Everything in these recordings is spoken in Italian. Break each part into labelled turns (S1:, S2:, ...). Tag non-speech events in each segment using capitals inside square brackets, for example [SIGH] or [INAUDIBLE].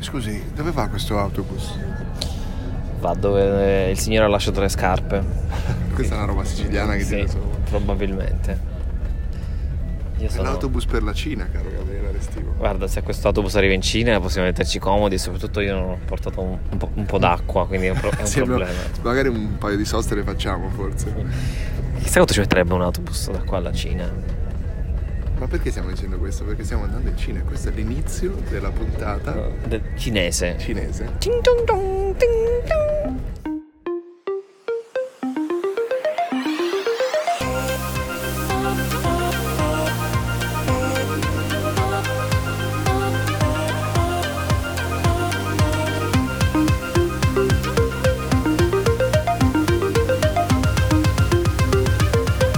S1: Scusi, dove va questo autobus?
S2: Va dove eh, il signore ha lasciato le scarpe.
S1: Questa è una roba siciliana che ti
S2: Sì,
S1: dice
S2: probabilmente. Io
S1: È
S2: sono...
S1: l'autobus per la Cina, caro Gabriele Restivo.
S2: Guarda, se questo autobus arriva in Cina possiamo metterci comodi, soprattutto io non ho portato un, un po', un po' d'acqua, quindi è un,
S1: [LAUGHS]
S2: pro- è un
S1: Sembra-
S2: problema.
S1: Magari un paio di soste le facciamo forse.
S2: Chissà quanto ci metterebbe un autobus da qua alla Cina.
S1: Ma perché stiamo dicendo questo? Perché stiamo andando in Cina. Questo è l'inizio della puntata
S2: Del- cinese.
S1: cinese.
S2: Ting dong dong, ting dong.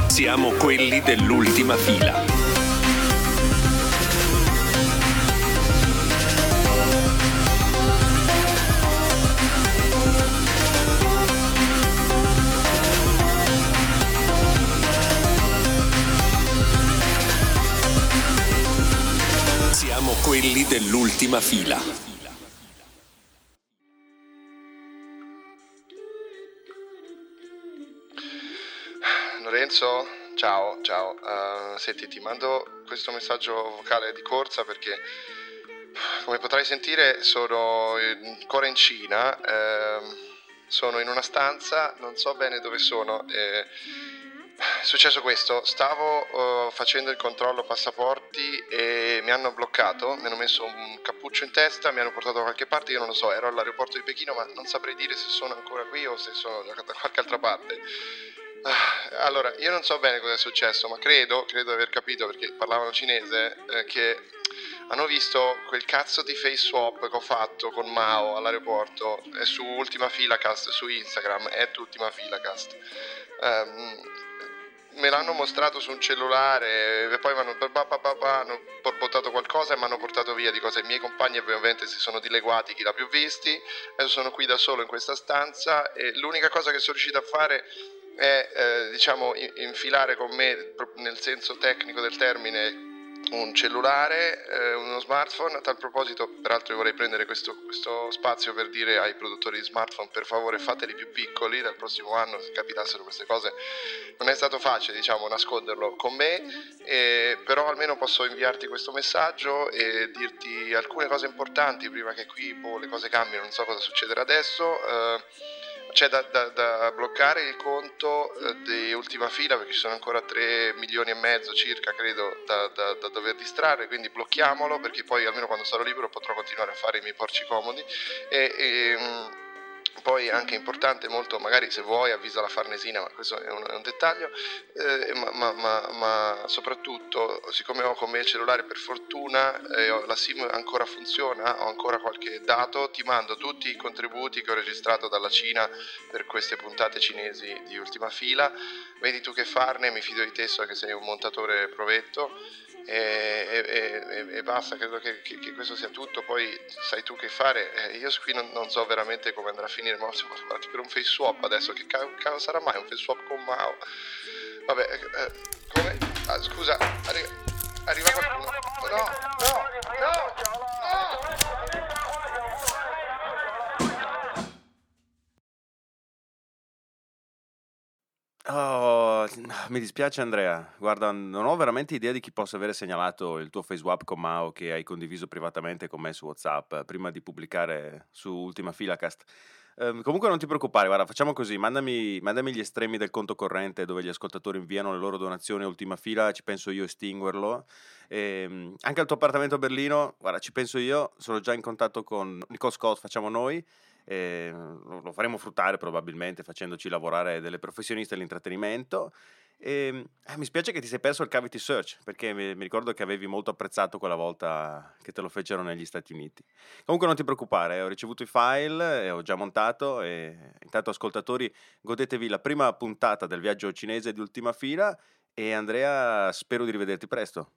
S3: Siamo quelli dell'ultima fila. Siamo quelli dell'ultima fila.
S1: Lorenzo, ciao, ciao. Eh, senti, ti mando questo messaggio vocale di corsa perché, come potrai sentire, sono in- ancora in Cina. ehm, sono in una stanza, non so bene dove sono. eh, è successo questo, stavo eh, facendo il controllo passaporti e mi hanno bloccato, mi hanno messo un cappuccio in testa, mi hanno portato da qualche parte, io non lo so, ero all'aeroporto di Pechino ma non saprei dire se sono ancora qui o se sono da da qualche altra parte. Ah, Allora, io non so bene cosa è successo, ma credo, credo di aver capito perché parlavano cinese eh, che hanno visto quel cazzo di face swap che ho fatto con Mao all'aeroporto è su Ultima Filacast, su Instagram, è Ultima Filacast. Ehm, me l'hanno mostrato su un cellulare e poi mi hanno, ba- ba- ba- ba- hanno portato qualcosa e mi hanno portato via di cose. I miei compagni ovviamente si sono dileguati, chi l'ha più visti. Adesso sono qui da solo in questa stanza e l'unica cosa che sono riuscito a fare è eh, diciamo i- infilare con me pro- nel senso tecnico del termine un cellulare, eh, uno smartphone. A tal proposito, peraltro, io vorrei prendere questo, questo spazio per dire ai produttori di smartphone: per favore, fateli più piccoli dal prossimo anno. Se capitassero queste cose, non è stato facile, diciamo, nasconderlo con me. eh, però almeno posso inviarti questo messaggio e dirti alcune cose importanti prima che qui boh, le cose cambino. Non so cosa succederà adesso. eh, c'è da, da- da bloccare il conto eh, di ultima fila perché ci sono ancora 3 milioni e mezzo circa, credo, da, da- da dover distrarre, quindi blocchiamolo perché poi almeno quando sarò libero potrò continuare a fare i miei porci comodi. E, e, mm, poi anche importante molto, magari se vuoi avvisa la Farnesina, ma questo è un, è un dettaglio, eh, ma, ma- ma- ma soprattutto siccome ho con me il cellulare per fortuna, eh, ho- la SIM ancora funziona, ho ancora qualche dato, ti mando tutti i contributi che ho registrato dalla Cina per queste puntate cinesi di ultima fila. Vedi tu che farne, mi fido di te, so che sei un montatore provetto. E, e- e- e basta, credo che, che- che questo sia tutto. Poi sai tu che fare. Eh, io qui non, non so veramente come andrà a finire. Ma siamo tornati per un face swap adesso. Che ca- cavolo sarà mai un face swap con Mao? Vabbè, eh, eh, come? Ah, scusa, arriva, arriva qualcuno. No, no, no, no.
S4: Oh, mi dispiace Andrea, guarda, non ho veramente idea di chi possa avere segnalato il tuo FaceWap con Mao che hai condiviso privatamente con me su WhatsApp eh, prima di pubblicare su Ultima Filacast. Ehm, comunque non ti preoccupare, guarda, facciamo così, mandami, mandami gli estremi del conto corrente dove gli ascoltatori inviano le loro donazioni a Ultima Fila, ci penso io a estinguerlo. Ehm, anche al tuo appartamento a Berlino, guarda, ci penso io, sono già in contatto con Nicole Scott, facciamo noi. Eh, lo lo faremo fruttare probabilmente facendoci lavorare delle professioniste all'intrattenimento. E, eh, mi spiace che ti sei perso il cavity search perché mi, mi ricordo che avevi molto apprezzato quella volta che te lo fecero negli Stati Uniti. Comunque non ti preoccupare, ho ricevuto i file, eh, ho già montato e intanto ascoltatori godetevi la prima puntata del viaggio cinese di ultima fila e Andrea spero di rivederti presto.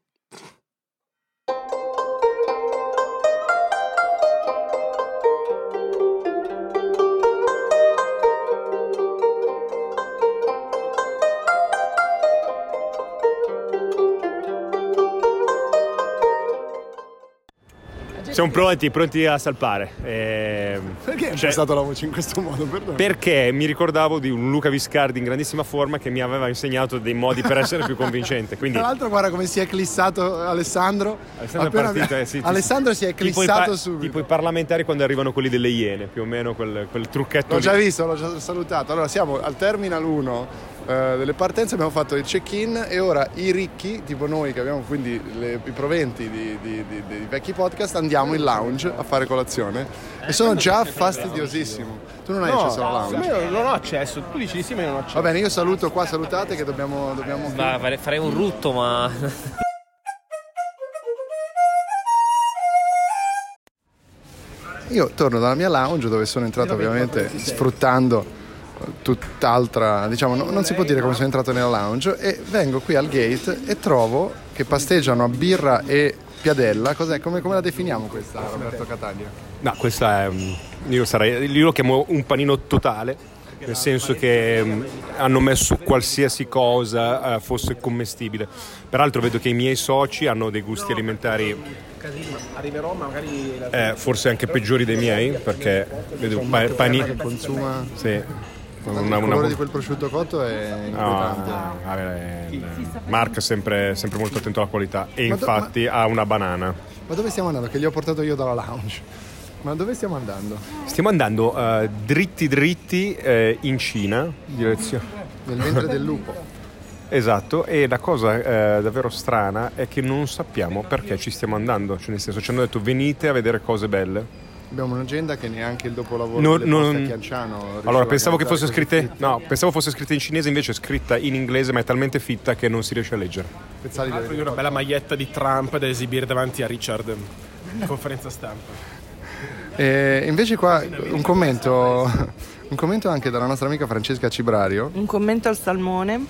S5: Siamo pronti, pronti a salpare. E-
S1: Perché è
S5: cioè,
S1: stata la voce in questo modo? Perdono.
S5: Perché mi ricordavo di un Luca Viscardi in grandissima forma che mi aveva insegnato dei modi per essere più convincente. Quindi
S1: Tra l'altro guarda come si è eclissato Alessandro.
S5: Alessandro, è
S1: Appena-
S5: partito, eh, sì, ti-
S1: Alessandro si è
S5: tipo i
S1: eclissato
S5: pa-
S1: subito.
S5: Tipo i parlamentari quando arrivano quelli delle iene, più o meno quel, quel trucchetto.
S1: L'ho
S5: lì.
S1: già visto, l'ho già salutato. Allora, siamo al Terminal 1 eh, delle partenze, abbiamo fatto il check-in e ora i ricchi, tipo noi che abbiamo quindi le- i proventi di- di- di- dei vecchi podcast, andiamo in lounge a fare colazione e sono già fastidiosissimo. Tu non hai accesso alla lounge?
S6: io non ho accesso, tu dici di sì ma io non ho accesso.
S1: Va bene, io saluto qua, salutate che dobbiamo... dobbiamo...
S7: Ma fare- farei un rutto, ma.
S1: Io torno dalla mia lounge dove sono entrato ovviamente sfruttando tutt'altra, diciamo, no- non si può dire come sono entrato nella lounge e vengo qui al gate e trovo che pasteggiano a birra e piadella, cos'è? Come, come la definiamo questa Roberto Catania?
S5: No, questa è. mm, Io, sarei, io lo chiamo un panino totale. Nel senso che mm, hanno messo qualsiasi cosa eh, fosse commestibile. Peraltro vedo che i miei soci hanno dei gusti alimentari
S6: Arriverò ma magari... la-
S5: eh, forse anche peggiori dei miei, perché vedo pa-
S1: Che
S5: panini.
S1: consuma
S5: Sì,
S1: il colore di quel prosciutto cotto è inquietante.
S5: No, vabbè, eh, Mark è sempre, sempre molto attento alla qualità e
S1: Ma do-
S5: infatti ha una banana.
S1: Ma dove stiamo andando? Che gli ho portato io dalla lounge. Ma dove stiamo andando?
S5: Stiamo andando eh, dritti dritti eh, in Cina, direzione.
S1: Nel ventre del lupo.
S5: Esatto, e la cosa eh, davvero strana è che non sappiamo perché ci stiamo andando, cioè nel senso ci hanno detto venite a vedere cose belle.
S1: Abbiamo un'agenda che neanche il dopolavoro
S5: Non-
S1: delle poste
S5: non-
S1: a Chianciano riusciva
S5: Allora
S1: a
S5: pensavo che
S1: organizzare
S5: fosse
S1: così
S5: scritta
S1: fitte.
S5: no, pensavo fosse scritta in cinese, invece è scritta in inglese, ma è talmente fitta che non si riesce a leggere.
S1: Pezzali deve-
S6: Io ho una bella maglietta di Trump da esibire davanti a Richard in conferenza stampa.
S1: Eh, invece qua un commento, un commento anche dalla nostra amica Francesca Cibrario.
S8: Un commento al salmone.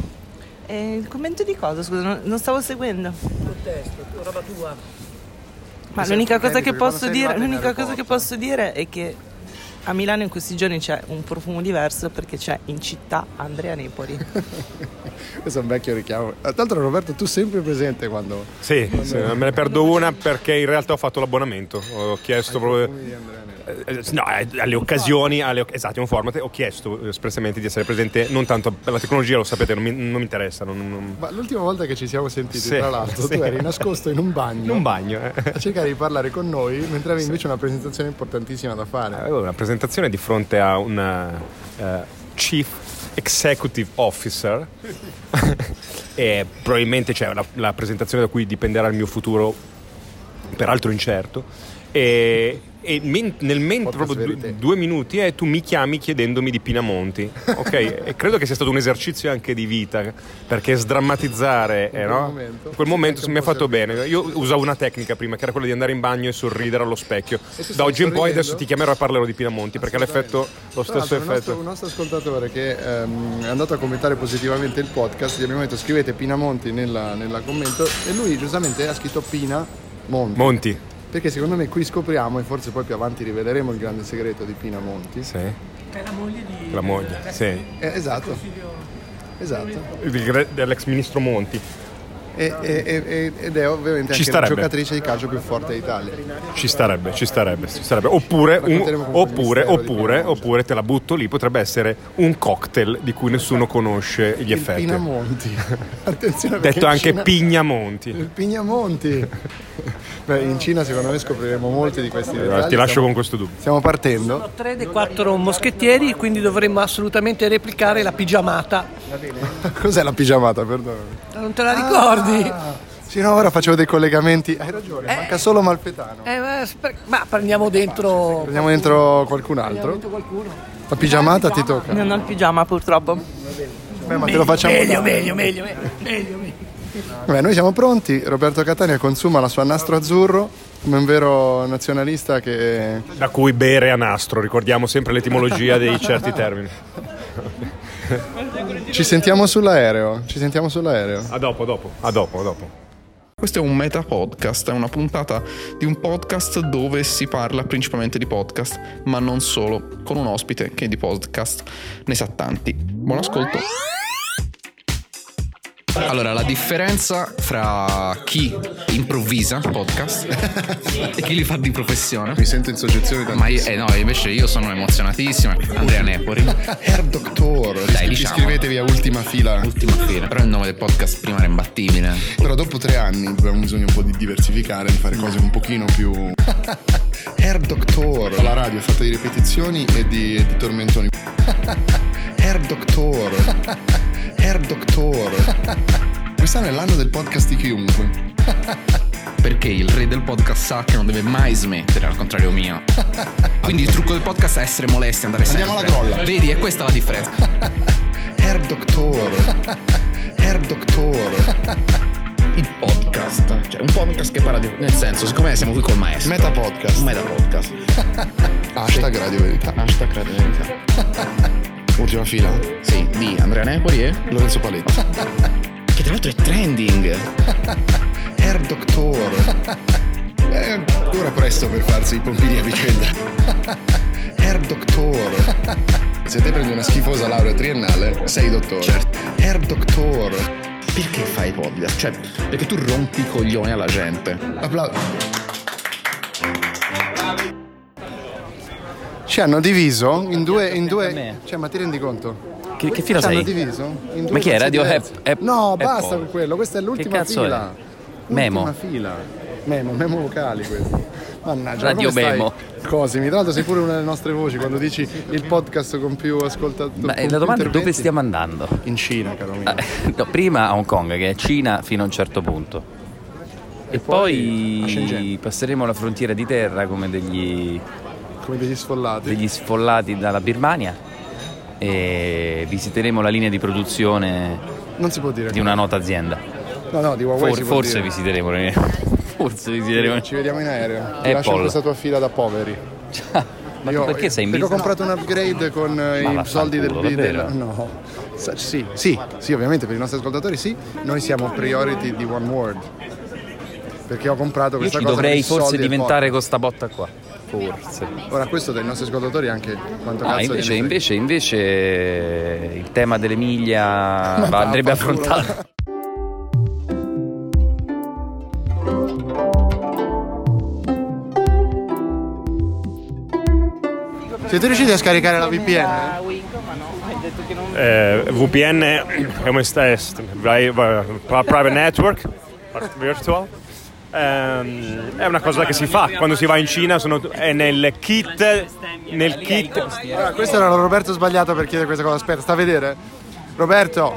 S8: E il commento di cosa? Scusa, non, non stavo seguendo. Ma l'unica
S1: Mi
S8: cosa,
S1: sento bene
S8: che
S1: perché quando
S8: posso,
S1: sei
S8: dire,
S1: arrivato in
S8: l'unica cosa che
S1: aeroporto.
S8: posso dire è che a Milano in questi giorni c'è un profumo diverso perché c'è in città Andrea Nepoli.
S1: Questo è un vecchio richiamo. Tra l'altro Roberto tu sempre presente quando...
S5: Sì, sì, me ne perdo una perché in realtà ho fatto l'abbonamento. Ho chiesto proprio. Eh, No, eh, alle occasioni, alle, oc- esatto, è un format. Ho chiesto eh, espressamente di essere presente, non tanto per la tecnologia, lo sapete, non mi, non mi interessa. Non, non-
S1: Ma l'ultima volta che ci siamo sentiti
S5: Sì,
S1: tra l'altro
S5: sì.
S1: tu eri nascosto in un
S5: in
S1: bagno
S5: un bagno. eh.
S1: a cercare di parlare con noi mentre avevi invece una presentazione importantissima da fare.
S5: Avevo una presentazione di fronte a un eh, Chief Executive Officer. [LAUGHS] e probabilmente c'è la, la presentazione da cui dipenderà il mio futuro, peraltro incerto. E, e men- nel mentre,
S1: Podcast
S5: proprio du-
S1: verite.
S5: due minuti, eh, tu mi chiami chiedendomi di Pinamonti.
S1: [LAUGHS]
S5: Ok, e credo che sia stato un esercizio anche di vita, perché sdrammatizzare eh,
S1: quel
S5: no?
S1: momento.
S5: In quel momento
S1: Anche
S5: mi ha
S1: un po'
S5: fatto bene. Eh, Io usavo una tecnica prima, che era quella di andare in bagno e sorridere allo specchio.
S1: tu
S5: Da
S1: stai
S5: oggi in poi adesso
S1: sorridendo?
S5: ti chiamerò e parlerò di Pinamonti, perché l'effetto, lo
S1: Tra l'altro,
S5: stesso
S1: un nostro-
S5: effetto.
S1: Un nostro ascoltatore che ehm, è andato a commentare positivamente il podcast, gli abbiamo detto scrivete Pinamonti nella, nella commento e lui giustamente ha scritto Pina Monti.
S5: Monti.
S1: Perché secondo me qui scopriamo, e forse poi più avanti riveleremo il grande segreto di Pina Monti.
S5: Sì. È la moglie di... La moglie, sì.
S1: Eh, esatto. Esatto.
S5: Il gre- dell'ex ministro Monti.
S1: E- e- e- e- ed è ovviamente
S5: Ci
S1: anche
S5: starebbe.
S1: la giocatrice di calcio più forte d'Italia.
S5: Ci starebbe, ci starebbe, ci starebbe. Oppure, un-
S1: Racconteremo comunque il
S5: oppure,
S1: mistero di
S5: oppure,
S1: Pinamonti.
S5: oppure, te la butto lì, potrebbe essere un cocktail di cui nessuno conosce gli
S1: Il
S5: effetti.
S1: Pina Monti. [LAUGHS] Attenzione perché
S5: Detto
S1: in
S5: anche
S1: Cina-
S5: Pignamonti.
S1: Il Pina
S5: [LAUGHS]
S1: Monti. Beh, in Cina secondo me scopriremo molti di questi
S5: Allora,
S1: dettagli.
S5: Eh, ti lascio
S1: Stiamo-
S5: con questo dubbio.
S1: Stiamo partendo. [LAUGHS]
S9: [LAUGHS] Tre dei quattro moschettieri, quindi dovremmo assolutamente replicare la pigiamata.
S1: Cos'è la pigiamata, perdono?
S9: Non te la ricordi?
S1: Sì, no, ora facevo dei collegamenti. Hai ragione, manca solo Malfetano.
S9: Eh, ma, sper- ma prendiamo dentro.
S1: Prendiamo dentro qualcun
S9: prendiamo
S1: altro.
S9: dentro qualcuno.
S1: La pigiamata ti tocca.
S8: non ho il pigiama purtroppo.
S1: Beh, ma te lo facciamo.
S9: Meglio,
S1: dare.
S9: meglio, meglio, meglio, meglio, meglio.
S1: Beh, noi siamo pronti. Roberto Catania consuma la sua nastro azzurro come un vero nazionalista che
S5: Da cui bere a nastro, ricordiamo sempre l'etimologia dei certi termini.
S1: ci sentiamo sull'aereo. Ci sentiamo sull'aereo.
S5: A dopo, a dopo. A dopo, a dopo.
S10: Questo è un meta podcast, è una puntata di un podcast dove si parla principalmente di podcast, ma non solo, con un ospite che di podcast ne sa tanti. Buon ascolto. Allora, la differenza fra chi improvvisa podcast e chi li fa di professione. Mi sento in soggezione Ma io, eh no, invece io sono emozionatissimo. Andrea Nepori.
S1: Air Doctor.
S10: Dai,
S1: Iscri-
S10: diciamo.
S1: Iscrivetevi a ultima fila.
S10: Ultima fila. Però il nome del podcast prima era imbattibile.
S1: Però dopo tre anni abbiamo bisogno un po' di diversificare, di fare cose un pochino più. [LAUGHS] Air Doctor. La radio è fatta di ripetizioni e di, e di tormentoni. [LAUGHS] Air Doctor. Air Doctor. Quest'anno è l'anno del podcast di chiunque.
S10: Perché il re del podcast sa che non deve mai smettere, al contrario
S1: [LAUGHS]
S10: mio. Quindi il trucco del podcast è essere molesti, andare
S1: Andiamo
S10: sempre.
S1: alla grolla.
S10: Vedi, è questa la
S1: [LAUGHS]
S10: differenza.
S1: Air Doctor. Air Doctor.
S10: Il podcast, cioè un podcast che parla di. Nel senso, siccome siamo qui col maestro.
S1: Meta Podcast.
S10: Un meta podcast.
S1: [LAUGHS] Hashtag Radio Verità.
S10: Hashtag Radio Verità.
S1: [LAUGHS] Ultima fila.
S10: Sì, di Andrea Nepoli e.
S1: Lorenzo Paletti.
S10: Che tra l'altro è trending.
S1: Air
S10: [LAUGHS]
S1: Doctor. È ancora presto per farsi i pompini a vicenda. Air Doctor. Se te prendi una schifosa laurea triennale, sei dottore. Air Doctor.
S10: Perché Cioè, fai podcast? Cioè, perché tu rompi i coglioni alla gente.
S1: Applauso. Ci hanno diviso in due, in due. Cioè, ma ti rendi conto?
S11: Che, che fila
S1: Ci hanno
S11: sei?
S1: diviso? in due
S11: Ma chi è?
S1: pezzi
S11: Radio
S1: diversi.
S11: App- App-
S1: No,
S11: Apple.
S1: basta con quello, questa è l'ultima
S11: cazzo è?
S1: fila.
S11: Memo.
S1: Ultima fila. Memo, memo vocali questo. Mannaggia, ma
S11: Radio
S1: come stai?
S11: Memo.
S1: Cosimi, tra l'altro sei pure una delle nostre voci quando dici il podcast con più ascoltatori.
S11: Ma eh, la domanda è dove stiamo Ah, andando? Eh,
S1: In Cina, caro mio.
S11: No, prima a Hong Kong, che è Cina fino a un certo punto. E poi
S1: a Shenzhen.
S11: passeremo la frontiera di terra come degli,
S1: Come degli sfollati.
S11: ecco. degli sfollati dalla Birmania e visiteremo la linea di produzione
S1: Non si può dire.
S11: di una nota azienda.
S1: No, no, di Huawei
S11: For-
S1: si può
S11: forse
S1: dire.
S11: visiteremo la linea. Forse visiteremo.
S1: Ci vediamo in aereo. Ti
S11: Apple.
S1: lascio in questa tua fila da poveri.
S11: Eh, Ma tu perché sei in
S1: Perché ho
S11: business?
S1: comprato un upgrade con eh,
S11: Ma
S1: i soldi del,
S11: vaffanculo,
S1: del-
S11: davvero?
S1: No. Sa- Sì, sì, sì, ovviamente per i nostri ascoltatori sì. Noi siamo priority di One World. Perché ho comprato
S11: Io
S1: questa
S11: ci
S1: cosa per i
S11: dovrei forse
S1: soldi del
S11: diventare con sta botta qua. Forse.
S1: podcast. Ora questo dai nostri ascoltatori anche quanto
S11: Ah,
S1: cazzo gliene
S11: invece,
S1: frega.
S11: invece, invece il tema dell'Emilia va- andrebbe affrontato.
S1: Siete riusciti a scaricare la VPN?
S5: Eh, VPN è un test private network virtual. Ehm, è una cosa che si fa quando si va in Cina, sono- è nel kit, nel kit
S1: Allora, questo era Roberto sbagliato per chiedere questa cosa. Aspetta, sta a vedere. Roberto,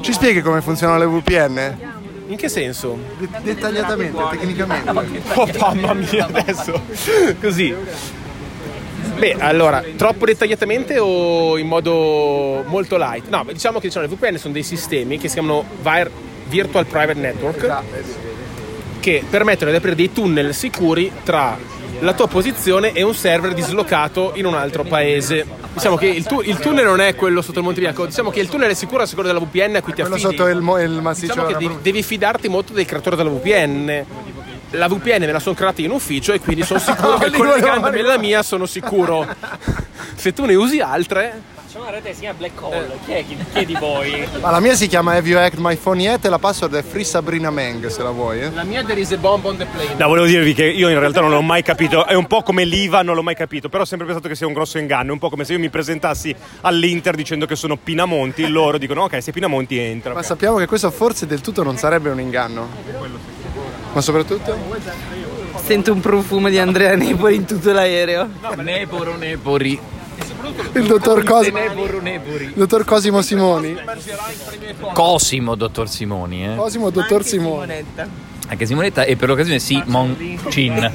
S1: ci spieghi come funzionano le VPN?
S6: In che senso?
S1: Det- dettagliatamente, tecnicamente.
S6: Oh mamma mia adesso! Così. Beh, allora, troppo dettagliatamente o in modo molto light? No, diciamo che diciamo, le VPN sono dei sistemi che si chiamano vir- Virtual Private Network
S1: Esatto,
S6: che permettono di aprire dei tunnel sicuri tra la tua posizione e un server dislocato in un altro paese. Diciamo che il, tu- il tunnel non è quello sotto il Monte Bianco, diciamo che il tunnel è sicuro a seconda della VPN a cui ti
S1: Quello
S6: affidi.
S1: sotto il, mo- il massiccio
S6: Diciamo che
S1: era
S6: devi, devi fidarti molto dei creatori della VPN. La VPN me la sono creata in ufficio e quindi
S1: [LAUGHS]
S6: sono sicuro che
S1: Lì volevamo
S6: collegandomi alla mia sono sicuro. Se tu ne usi altre,
S1: Ma la mia si chiama Have You Hacked My Phone Yet e la password è Free Sabrina Meng se la vuoi. eh.
S6: la mia there is a bomb on the plane.
S5: No, volevo dirvi che io in realtà non l'ho mai capito, è un po' come l'IVA, non l'ho mai capito, però ho sempre pensato che sia un grosso inganno, è un po' come se io mi presentassi all'Inter dicendo che sono Pinamonti, loro dicono ok, sei Pinamonti entra.
S1: Ma sappiamo che questo forse del tutto non sarebbe un inganno. Ma soprattutto?
S8: Sento un profumo di Andrea Nepoli in tutto l'aereo.
S11: Neporo Nepori.
S1: Il dottor Cosimo. Dottor Cosimo Simoni.
S11: Cosimo, dottor Simoni. Eh.
S1: Cosimo dottor Simoni.
S8: Simonetta.
S11: Anche Simonetta e per l'occasione Simon Chin.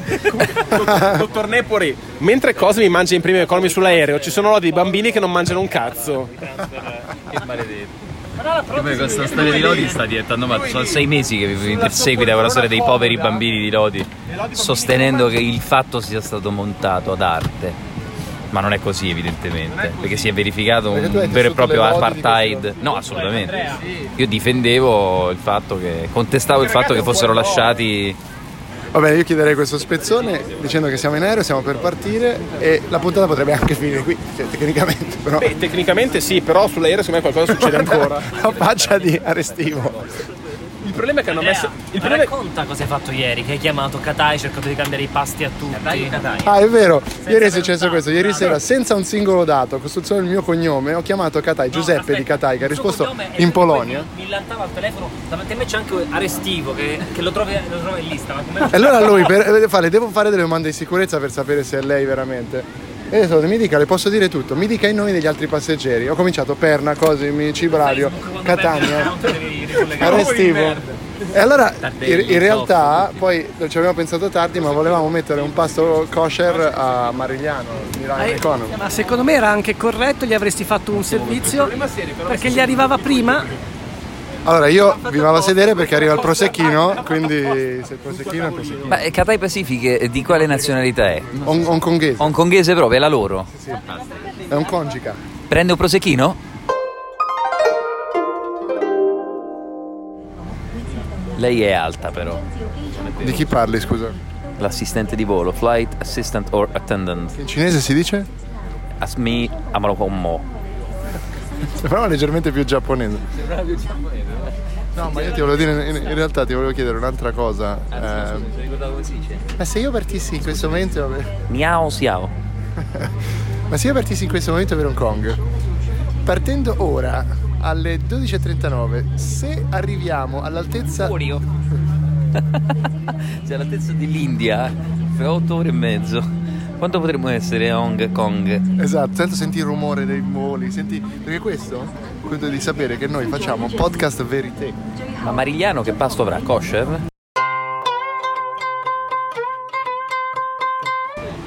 S6: Dottor, dottor Nepori, mentre Cosmi mangia in prima economy sull'aereo, ci sono dei bambini che non mangiano un cazzo.
S11: Poi questa storia di Lodi sta diventando ma sono sei mesi che vi perseguita con la storia dei
S2: eh.
S11: poveri bambini di Lodi sostenendo che il fatto sia stato montato ad arte ma non è così evidentemente perché si è verificato
S1: Perché tu hai
S11: un vero
S1: tessuto
S11: e proprio
S1: le lodi di
S11: apartheid no assolutamente io difendevo il fatto che contestavo il fatto che fossero lasciati
S1: Va bene, io chiuderei questo spezzone dicendo che siamo in aereo, siamo per partire e la puntata potrebbe anche finire qui, cioè, tecnicamente, però
S6: Beh, tecnicamente sì, però sull'aereo secondo me
S1: [LAUGHS]
S6: qualcosa succede ancora.
S1: la faccia di Arestivo.
S6: Il problema è che hanno messo.
S2: Il problema... Racconta cosa hai fatto ieri, che hai chiamato Katai cercando di cambiare i pasti a tutti. Katai, Katai.
S1: Ah, è vero, ieri è successo questo. Ieri sera, senza un singolo dato, con solo il mio cognome, ho chiamato Katai, Giuseppe di Katai, che ha risposto in Polonia.
S2: Mi lantava al telefono, davanti a me c'è anche Arestivo che, che lo, trovi, lo trovi in lista. Ma come
S1: E allora lui, per fare, devo fare delle domande di sicurezza per sapere se è lei veramente. E adesso mi dica, le posso dire tutto, mi dica i nomi degli altri passeggeri. Ho cominciato Perna, Cosimi, Cibrario, Catania, Arestivo. E allora in, in realtà poi ci abbiamo pensato tardi ma volevamo mettere un pasto kosher a Marigliano, Milano
S9: Eh,
S1: Economy.
S9: ma secondo me era anche corretto, gli avresti fatto un servizio perché gli arrivava prima.
S1: Allora io vi vado a sedere perché arriva il prosecchino, quindi se il prosecchino è il prosecchino.
S11: Ma eh, Cathay Pacific eh, di quale nazionalità è?
S1: hongkongese.
S11: Hongkongese proprio, è la loro.
S1: È un congica.
S11: Prende un prosecchino? Lei è alta però.
S1: Di chi parli scusa?
S11: L'assistente di volo, flight assistant or attendant.
S1: In cinese si dice?
S11: Asmi Amalokommo.
S1: Sembrava leggermente più giapponese. No, ma io ti volevo dire, in, in realtà ti volevo chiedere un'altra cosa. ehm, ma se io partissi in questo momento...
S11: Miao siao.
S1: Ma se io partissi in questo momento per Hong Kong, partendo ora alle 12.39, se arriviamo all'altezza...
S11: Cioè all'altezza dell'India, fra 8 ore e mezzo. Quanto potremmo essere a Hong Kong?
S1: Esatto, tanto senti il rumore dei voli, senti... Perché questo? Quello di sapere che noi facciamo un podcast verité.
S11: Ma Marigliano che pasto avrà? Kosher?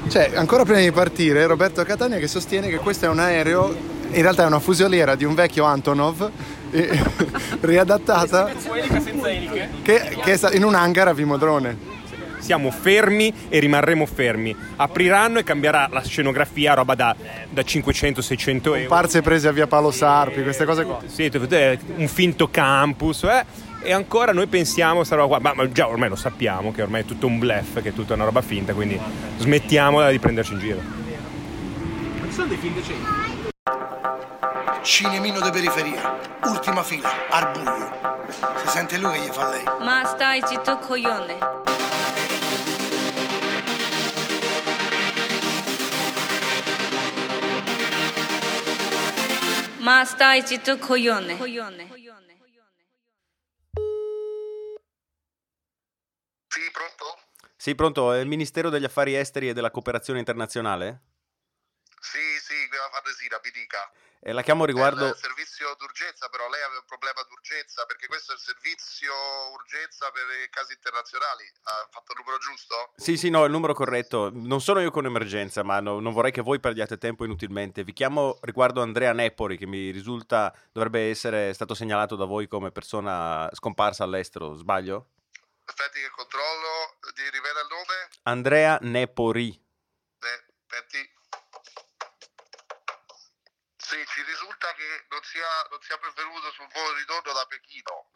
S1: Cioè, ancora prima di partire, Roberto Catania che sostiene che questo è un aereo, in realtà è una fusoliera di un vecchio Antonov, eh, [LAUGHS] riadattata, che, che è sta- in un hangar a Vimodrone.
S5: Ecco. Siamo fermi e rimarremo fermi. Apriranno e cambierà la scenografia, roba da, da 500-600 euro.
S1: Parse prese a via Paolo Sarpi, queste cose qua.
S5: Sì, eh, un finto campus, eh. E ancora noi pensiamo sta roba qua, ma, ma già ormai lo sappiamo che ormai è tutto un bluff, che è tutta una roba finta, quindi smettiamola di prenderci in giro.
S6: Ci sono dei film decenti.
S12: Cinemino de periferia, ultima fila, al buio. Si sente lui che gli fa lei.
S13: Ma stai zitto coglione. Ma stai zitto coglione.
S4: Sì, pronto? È il Ministero degli Affari Esteri e della Cooperazione Internazionale?
S14: Sì, sì, quella fate sì, la dica.
S4: Eh, la chiamo
S14: È il
S4: riguardo...
S14: servizio d'urgenza, però lei aveva un problema d'urgenza, perché questo è il servizio urgenza per i casi internazionali. Ha fatto il numero giusto?
S4: Sì, sì, no, è il numero corretto. Non sono io con emergenza, ma no- non vorrei che voi perdiate tempo inutilmente. Vi chiamo riguardo Andrea Nepori, che mi risulta dovrebbe essere stato segnalato da voi come persona scomparsa all'estero, sbaglio?
S14: Aspetti che controllo, di rivela il nome.
S4: Andrea Nepori.
S14: Eh, aspetti. Sì, ci risulta che non sia, non sia pervenuto sul volo di ritorno da Pechino.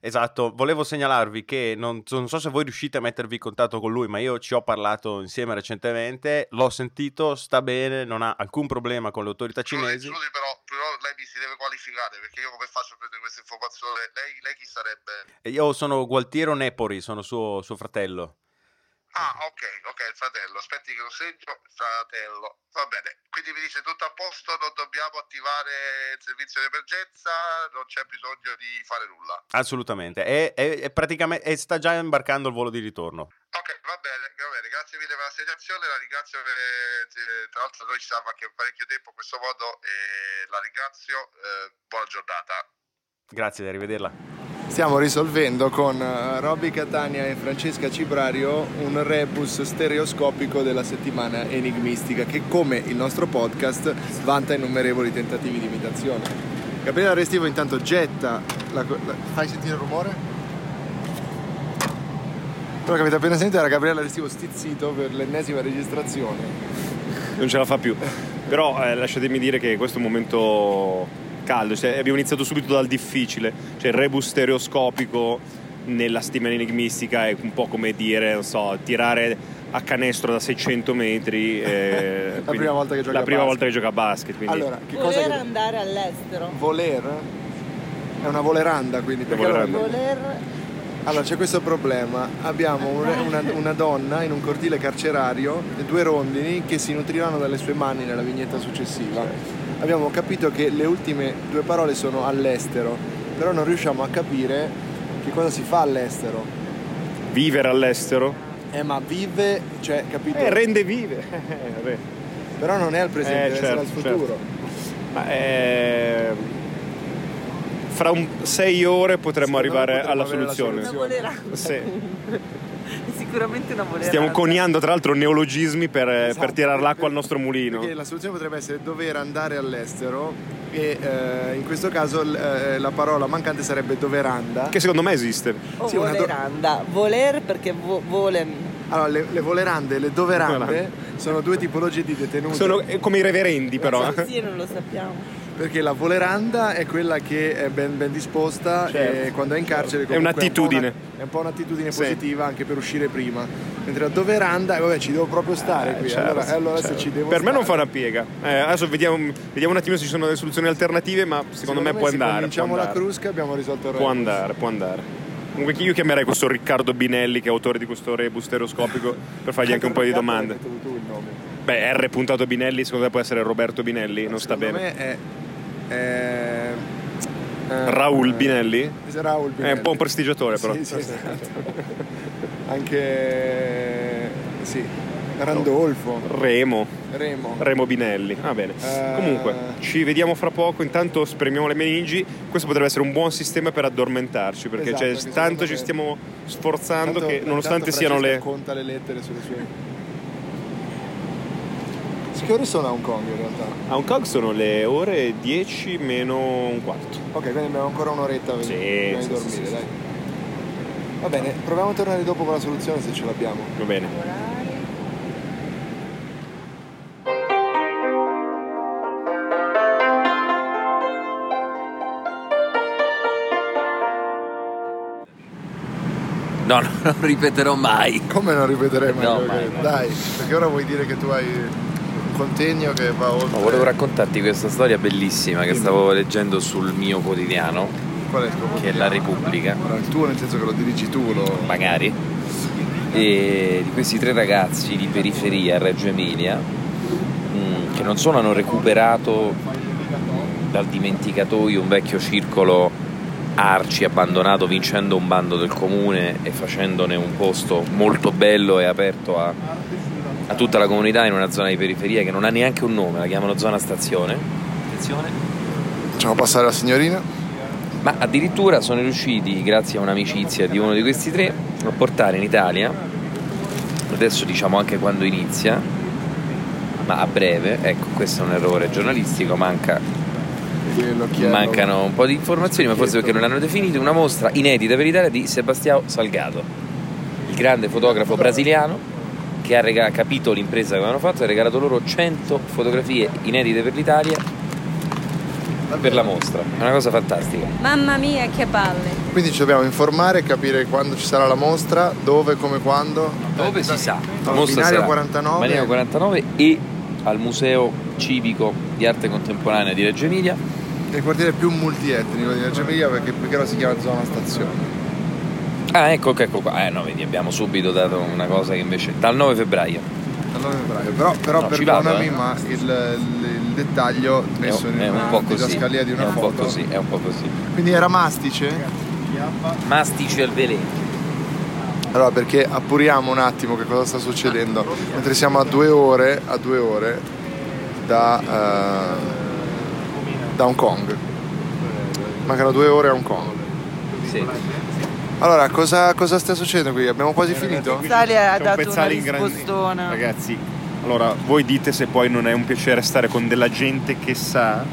S4: Esatto, volevo segnalarvi che non, non so se voi riuscite a mettervi in contatto con lui, ma io ci ho parlato insieme recentemente, l'ho sentito, sta bene, non ha alcun problema con le autorità cinesi.
S14: Scusi, però, però lei mi si deve qualificare, perché io come faccio a prendere questa informazione? Lei, lei chi sarebbe?
S4: E Io sono Gualtiero Nepori, sono suo, suo fratello.
S14: Ah, ok, ok, il fratello. Aspetti che lo segno, fratello. Va bene. Quindi mi dice tutto a posto, non dobbiamo attivare il servizio di emergenza, non c'è bisogno di fare nulla.
S4: Assolutamente, è, è- è praticamente, e sta già imbarcando il volo di ritorno.
S14: Ok, va bene, va bene. Grazie mille per la segnalazione, la ringrazio per... eh, Tra l'altro noi ci siamo anche parecchio tempo in questo modo e la ringrazio. eh, buona giornata.
S4: Grazie, arrivederla.
S1: Stiamo risolvendo con eh, Robby Catania e Francesca Cibrario un rebus stereoscopico della settimana enigmistica che come il nostro podcast vanta innumerevoli tentativi di imitazione. Gabriele Restivo intanto getta la, co- la- Fai sentire il rumore? Quello che avete appena sentito era Gabriele Restivo stizzito per l'ennesima registrazione.
S5: non ce la fa più. Però eh, lasciatemi dire che questo è un momento caldo, cioè, abbiamo iniziato subito dal difficile, cioè il rebus stereoscopico, nella stima enigmistica è un po' come dire, non so, tirare a canestro da 600
S1: [LAUGHS]
S5: metri. eh,
S1: La
S5: quindi-
S1: prima volta che gioca
S5: la
S1: a
S5: prima
S1: basket.
S5: volta che gioca a basket. Quindi
S1: Allora, che cosa
S15: Voler andare all'estero.
S1: voler è una voleranda, quindi perché allora-
S15: Voler
S1: Allora c'è questo problema, abbiamo un- una, una donna in un cortile carcerario, due rondini che si nutriranno dalle sue mani nella vignetta successiva.
S5: Certo.
S1: Abbiamo capito che le ultime due parole sono all'estero, però non riusciamo a capire che cosa si fa all'estero.
S5: vivere all'estero.
S1: Eh ma vive, cioè capito?
S5: Eh, rende
S1: [LAUGHS]
S5: vive.
S1: Però non è al presente,
S5: Eh,
S1: deve essere
S5: certo,
S1: al futuro.
S5: Ma eh, fra un, sei ore potremmo arrivare alla soluzione.
S1: [LAUGHS]
S8: Sicuramente una volerà.
S5: Stiamo coniando tra l'altro neologismi Eh, per, per tirare l'acqua al nostro mulino.
S1: Esatto. Perché la soluzione potrebbe essere dover andare all'estero e eh, in questo caso l- eh, la parola mancante sarebbe doveranda.
S5: Che secondo me esiste.
S1: O
S5: Sì, una do-
S1: voleranda, voler perché volen. Allora, le, le volerande e le doverande sono due tipologie di detenuti.
S5: Sono eh, come i reverendi però. [LAUGHS] Eh,
S1: Esatto.
S15: sì, non lo sappiamo.
S1: Perché la voleranda è quella che è ben, ben disposta
S5: Certo.
S1: e quando è in carcere
S5: È
S1: comunque È
S5: un'attitudine.
S1: un po' una- è un po' un'attitudine
S5: Sì.
S1: positiva anche per uscire prima. Mentre la doveranda, eh, vabbè, ci devo proprio stare qui.
S5: Certo,
S1: allora, eh, allora se
S5: certo.
S1: ci devo
S5: per me non
S1: stare-
S5: fa una piega. Eh, adesso vediamo, vediamo un attimo se ci sono delle soluzioni alternative, ma secondo, me, può
S1: se
S5: andare. Può
S1: Cominciamo diciamo la
S5: andare.
S1: crusca, abbiamo risolto il
S5: può
S1: resto.
S5: andare, può andare. Comunque io chiamerei questo Riccardo Binelli che è autore di questo rebus stereoscopico per fargli anche un paio di domande. Beh, R puntato Binelli, secondo te può essere Roberto Binelli? Non sta bene.
S1: me è. è- eh,
S5: Raul Binelli?
S1: Raul
S5: È un po' un
S1: Binelli.
S5: prestigiatore, però.
S1: Sì, sì, esatto. [LAUGHS] Anche. Sì. Randolfo.
S5: Remo.
S1: Remo.
S5: Remo Binelli. Va bene.
S1: Eh.
S5: Comunque, ci vediamo fra poco. Intanto spremiamo le meningi. Questo potrebbe essere un buon sistema per addormentarci, perché
S1: Esatto,
S5: cioè,
S1: anche secondo
S5: tanto ci
S1: me.
S5: stiamo sforzando
S1: Tanto- eh,
S5: che nonostante
S1: tanto
S5: siano
S1: Francesca
S5: le...
S1: conta le lettere sulle sue. Sì, Che ore sono a Hong Kong in realtà?
S5: A Hong Kong sono le ore 10 meno un quarto.
S1: Ok, quindi abbiamo ancora un'oretta per-
S5: Sì,
S1: prima di
S5: sì,
S1: dormire,
S5: sì, sì,
S1: dai. Va bene, proviamo a tornare dopo con la soluzione se ce l'abbiamo.
S5: Va bene.
S11: No, [LAUGHS] no, non ripeterò mai.
S1: Come non ripeteremo?
S11: No,
S1: Mario,
S11: mai,
S1: che-
S11: mai.
S1: Dai, perché ora vuoi dire che tu hai un contegno che va oltre.
S11: Ma volevo raccontarti questa storia bellissima che stavo leggendo sul mio quotidiano,
S1: Qual è il tuo
S11: che è La Repubblica.
S1: Il tuo nel senso che lo dirigi tu, lo...
S11: Magari. E di questi tre ragazzi di periferia a Reggio Emilia, mm, che non solo hanno recuperato dal dimenticatoio un vecchio circolo arci abbandonato vincendo un bando del comune e facendone un posto molto bello e aperto a, a tutta la comunità in una zona di periferia che non ha neanche un nome, la chiamano zona stazione.
S1: Facciamo passare la signorina.
S11: Ma addirittura sono riusciti, grazie a un'amicizia di uno di questi tre, a portare in Italia, adesso diciamo anche quando inizia, ma a breve, ecco questo è un errore giornalistico, manca- mancano un po' di informazioni, ma forse perché non l'hanno definito, una mostra inedita per l'Italia di Sebastião Salgado, il grande fotografo brasiliano che ha rega- capito l'impresa che avevano fatto e ha regalato loro 100 fotografie inedite per l'Italia per la mostra. È una cosa fantastica.
S13: Mamma mia che palle.
S1: Quindi ci dobbiamo informare, capire quando ci sarà la mostra, dove, come, quando.
S11: Dove si sa?
S1: No,
S11: Mostra
S1: binario
S11: sarà
S1: 49.
S11: binario 49 e al Museo Civico di Arte Contemporanea di Reggio Emilia.
S1: È il quartiere più multietnico di Reggio Emilia perché perché ora si chiama zona stazione.
S11: Ah, ecco, ecco, ecco qua. Eh no, vedi, abbiamo subito dato una cosa che invece dal 9 febbraio.
S1: Allora, bravi. Però, però
S11: No, ci vado,
S1: perdonami,
S11: eh.
S1: ma il, il- il dettaglio
S11: È,
S1: messo in
S11: è un po'
S1: una
S11: così.
S1: didascalia di
S11: È
S1: una
S11: un po'
S1: foto.
S11: così, è un po' così.
S1: Quindi era mastice?
S11: Mastice al veleno.
S1: Allora, perché appuriamo un attimo che cosa sta succedendo. Mentre siamo a due ore, a due ore da, eh, da Hong Kong. Mancano due ore a Hong Kong.
S11: Sì.
S1: Allora, cosa, cosa sta succedendo qui? Abbiamo quasi finito?
S8: Italia ha
S5: C'è un
S8: dato una
S5: pezzale in grande-
S8: rispostona.
S5: Ragazzi, allora voi dite se poi non è un piacere stare con della gente che sa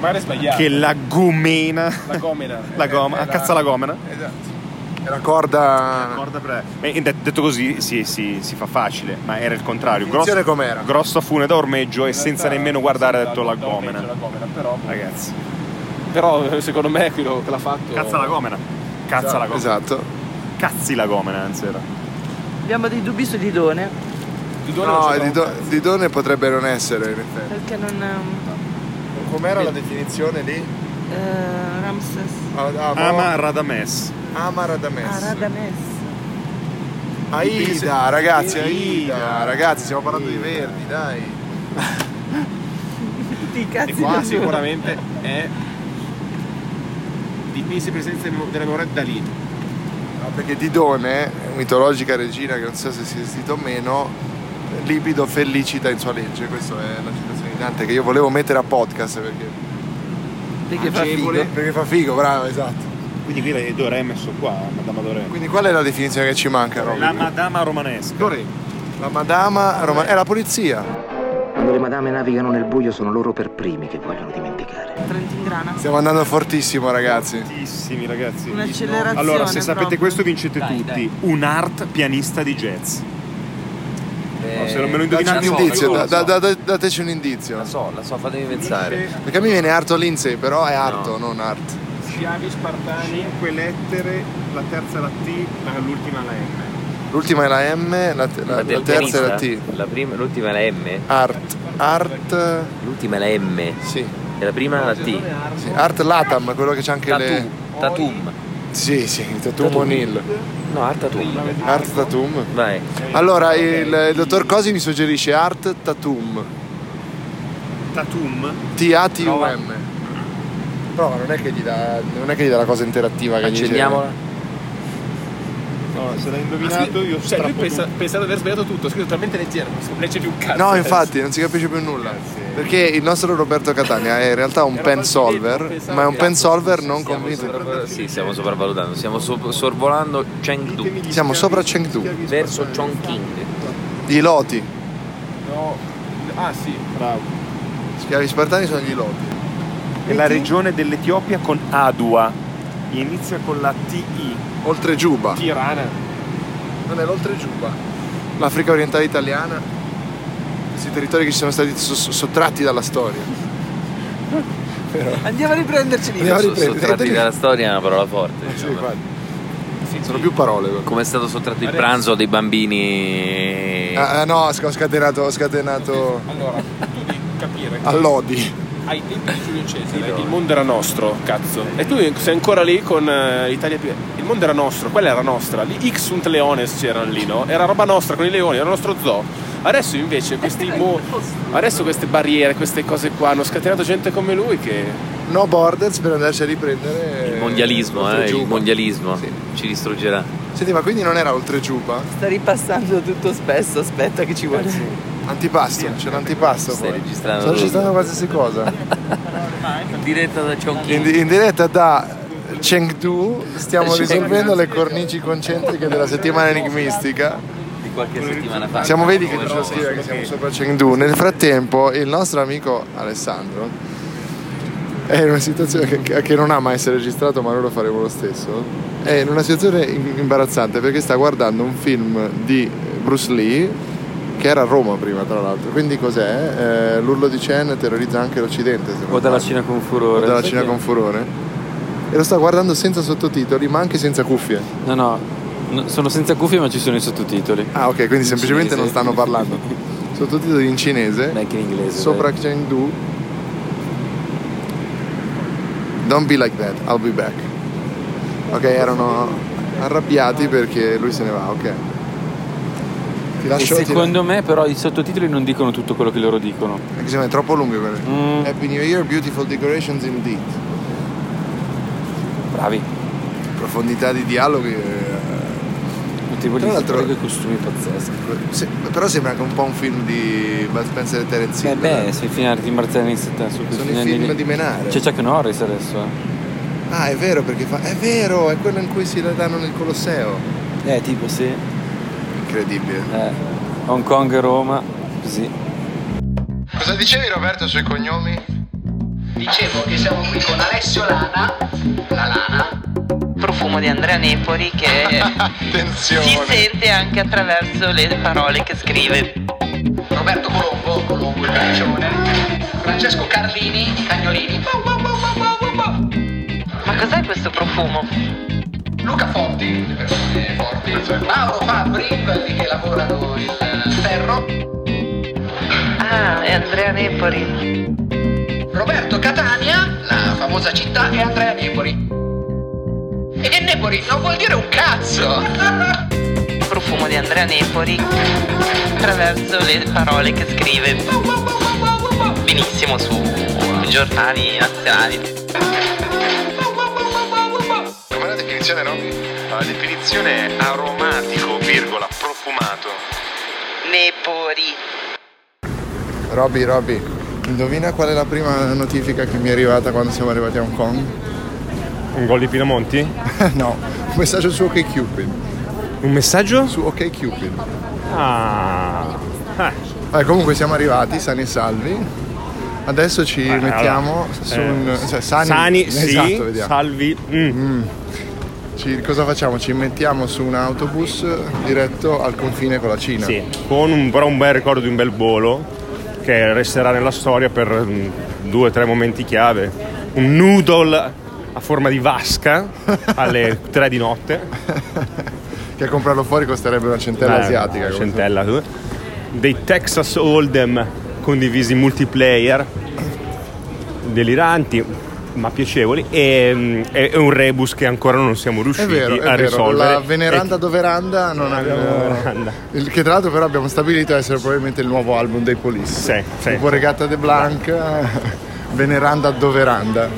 S6: Ma era sbagliato.
S5: che la gomena,
S6: La gomena.
S5: [LAUGHS]
S6: Eh,
S5: la goma, cazza la gomena.
S1: È la corda.
S5: E- e det- detto così si, si- si fa facile, ma era il contrario.
S1: Definizione com'era?
S5: grossa fune da ormeggio e senza nemmeno guardare ha detto la gomena.
S6: però.
S5: Ragazzi.
S6: Però eh, secondo me quello che l'ha fatto.
S5: Cazza la gomena. Cazza la gomena.
S1: Esatto.
S4: Cazzi la gomena, anzi era.
S8: Abbiamo dei dubbi su Didone.
S4: non
S1: No,
S4: c'è
S1: di, do- di donne potrebbe non essere in effetti.
S8: Perché non.
S1: Com'era la definizione lì?
S8: eh, Ramses.
S4: Ama Radames.
S1: Amara da me.
S8: Ah, Radames.
S1: Aida, ragazzi, Aida, ragazzi, stiamo parlando di Verdi, dai.
S8: Tutti i
S1: cazzi
S6: [LAUGHS] E qua
S1: del
S6: sicuramente è di Pisi presenza della Moretta lì.
S1: No, Perché Didone, mitologica regina che non so se sia esistita o meno, libido felicita in sua legge, questa è la citazione di Dante che io volevo mettere a podcast perché...
S8: Perché
S4: fa
S1: Agevole,
S4: figo.
S1: Perché fa figo, bravo, esatto.
S4: Quindi qui è Dorè messo qua, Madama Dorè.
S1: Quindi qual è la definizione che ci manca, Robby?
S4: La Madama romanesca. Dorè.
S1: La madama romana... È la polizia.
S16: Quando le madame navigano nel buio sono loro per primi che vogliono dimenticare.
S8: Trentingrana.
S1: Stiamo andando fortissimo, ragazzi.
S4: Fortissimi, ragazzi.
S8: Un'accelerazione
S4: Allora, se sapete
S8: proprio.
S4: questo vincete
S8: Dai,
S4: tutti.
S8: dai.
S4: Un art pianista di jazz.
S11: Eh,
S4: No, se non me lo
S1: Dateci un
S4: indovinate
S1: indizio,
S4: io lo
S1: da-
S4: so.
S1: da- da- dateci un indizio. La
S11: so, la so, fatemi
S6: pensare.
S1: Perché a me viene Arto Lindsay, però è Arto, non Art.
S6: Schiavi Spartani.
S4: 5 lettere, la terza la T, l'ultima la M.
S1: L'ultima è la M, la, la- la terza è la T.
S11: La prima, l'ultima è la M.
S1: Art. Art.
S11: L'ultima è la M.
S1: Sì.
S11: E la prima è la T.
S1: Sì, Art Latam, quello che c'ha anche le.
S11: Tatum.
S1: Sì, sì, Tatum O'Neill.
S11: No, Art Tatum.
S1: Art Tatum.
S11: Vai.
S1: Allora, il, il dottor Cosi mi suggerisce Art Tatum.
S4: Tatum.
S1: T-A-T-U-M. Prova, non è che gli dà, non è che gli dà la cosa interattiva che gli dice.
S11: Accendiamola.
S4: No, se l'hai
S6: indovinato
S4: io
S6: Cioè, lui pensa, pensa di aver sbagliato tutto, ha scritto talmente leggero, non si legge più un cazzo.
S1: No, infatti, non si capisce più nulla. Perché il nostro Roberto Catania è in realtà un pen solver, ma è un pen solver non convinto.
S11: Sì, stiamo sopravvalutando, stiamo so- sorvolando Chengdu.
S1: Siamo sopra Chengdu,
S11: Verso Chongqing.
S1: gli loti.
S6: No. Ah, sì.
S4: Bravo.
S1: Schiavi spartani sono gli loti.
S4: È la regione dell'Etiopia con Adua. Inizia con la TI.
S1: Oltre Giuba.
S6: Tirana.
S1: Non è l'oltre Giuba. L'Africa orientale italiana. Questi territori che ci sono stati so- so- sottratti dalla storia.
S8: Andiamo a riprenderci lì.
S1: Andiamo a
S11: So- Sottratti dalla storia è una parola forte.
S1: Sì,
S11: diciamo.
S1: infatti. Sono più parole. però.
S11: Come è stato sottratto il pranzo dei bambini.
S1: Ah, ah, no, ho scatenato, ho scatenato
S6: Allora, tu devi capire.
S1: allodi.
S6: Ai tempi di Giulio Cesare, il mondo era nostro, cazzo. E tu sei ancora lì con eh, Italia più. Il mondo era nostro, quella era nostra. Gli Xunt Leones c'erano lì, no? Era roba nostra con i leoni, era il nostro zoo. Adesso invece questi mo- adesso queste barriere, queste cose qua hanno scatenato gente come lui che.
S1: No borders per andarci a riprendere.
S11: Il mondialismo,
S1: oltre
S11: eh, il
S1: Giuba.
S11: mondialismo ci distruggerà.
S1: Senti, ma quindi non era oltre Giuba?
S8: Sta ripassando tutto spesso, aspetta che ci vuole.
S1: Eh Antipasto, c'è l'antipasto
S11: Stai
S1: poi.
S11: registrando
S1: Sto
S11: tutto.
S1: registrando qualsiasi
S11: [LAUGHS]
S1: cosa.
S11: Diretta da
S1: In,
S11: Chongqing.
S1: in diretta da Chengdu stiamo
S11: Chengdu.
S1: risolvendo le cornici concentriche della settimana enigmistica.
S11: Di qualche settimana fa.
S1: Siamo vedi che ci lo scrive che siamo sopra Chengdu. Nel frattempo il nostro amico Alessandro è in una situazione che- che, che non ama essere registrato ma noi lo faremo lo stesso. È in una situazione im- imbarazzante perché sta guardando un film di Bruce Lee che era a Roma prima tra l'altro. Quindi cos'è? Eh, L'urlo di Chen terrorizza anche l'Occidente. se non
S17: O dalla
S1: sbaglio.
S17: Cina con furore.
S1: O dalla Cina con furore. E lo sta guardando senza sottotitoli ma anche senza cuffie.
S17: No, no, no, sono senza cuffie ma ci sono i sottotitoli.
S1: Ah, ok, quindi semplicemente non
S17: [LAUGHS]
S1: stanno parlando. Sottotitoli in cinese.
S17: Anche in inglese.
S1: Sopra
S17: dai.
S1: Chengdu. Don't be like that, I'll be back. Ok, erano arrabbiati perché lui se ne va, ok. Ti lascio
S17: E
S1: ti-
S17: secondo me però i sottotitoli non dicono tutto quello che loro dicono.
S1: Anche se sono eh, troppo lunghi quelli.
S17: Mm.
S1: Happy New Year, beautiful decorations indeed.
S17: Bravi.
S1: Profondità di dialoghi.
S17: Notevoli
S1: Tra l'altro-
S17: fuori coi costumi pazzeschi.
S1: Se- però sembra anche un po' un film di Bud Spencer e Terence Hill.
S17: Eh
S1: eh.
S17: Beh, sei fine di Marzellini 70 su
S1: Sono
S17: questi
S1: i
S17: anni
S1: film
S17: lì.
S1: di Menare.
S17: Cioè, C'è Chuck Norris adesso. eh?
S1: Ah, è vero perché fa. È vero, è quello in cui si la danno nel Colosseo.
S17: Eh, eh tipo sì.
S1: Incredibile.
S17: Eh. Hong Kong e Roma, così.
S18: Cosa dicevi Roberto sui cognomi?
S19: Dicevo che siamo qui con Alessio Lana, la Lana,
S8: Profumo di Andrea Nepoli che si sente anche attraverso le parole che scrive.
S19: Roberto Colombo, Colombo il camione, Francesco Carlini, i cagnolini. Wow, wow, wow, wow, wow, wow, wow.
S8: Ma cos'è questo profumo? Luca Fotti, le persone forti, Mauro Fabri, quelli che lavorano il ferro. Ah, e Andrea Nepoli. Roberto Catania, la famosa città, e Andrea Nepoli. E Nepoli non vuol dire un [LAUGHS] cazzo!
S20: profumo di Andrea Nepoli attraverso le parole che scrive benissimo su giornali nazionali.
S13: Com'è la definizione, Robby? La definizione è aromatico, virgola, profumato.
S20: Nepori.
S1: Robby, Robby, indovina qual è la prima notifica che mi è arrivata quando siamo arrivati a Hong Kong? [LAUGHS]
S5: Un gol di Pinamonti?
S1: no, un messaggio su OK Cupid.
S5: Un messaggio?
S1: Su OK Cupid.
S5: Ah.
S1: comunque siamo arrivati sani e salvi. Adesso ci mettiamo su un.
S5: eh,
S1: cioè, sani,
S5: sani, sì,
S1: esatto, vediamo.
S5: salvi.
S1: Mm. Ci- cosa facciamo? Ci mettiamo su un autobus diretto al confine con la Cina.
S5: Sì, con un, però un bel ricordo di un bel volo che resterà nella storia per mm, due o tre momenti chiave. Un noodle a forma
S1: [LAUGHS]
S5: di vasca alle tre di notte.
S1: [LAUGHS] Che a comprarlo fuori costerebbe una centella
S5: Beh,
S1: asiatica.
S5: una
S1: come
S5: centella. Dei Texas Hold'em condivisi multiplayer, deliranti ma piacevoli, e, mm, e- e un rebus che ancora non siamo
S1: È
S5: riusciti
S1: vero, è vero,
S5: a risolvere. Ecco.
S1: la veneranda doveranda non abbiamo... il- che tra l'altro però abbiamo stabilito essere probabilmente il nuovo album dei Police.
S5: Sì, sì.
S1: tipo Regatta de Blanc, veneranda doveranda.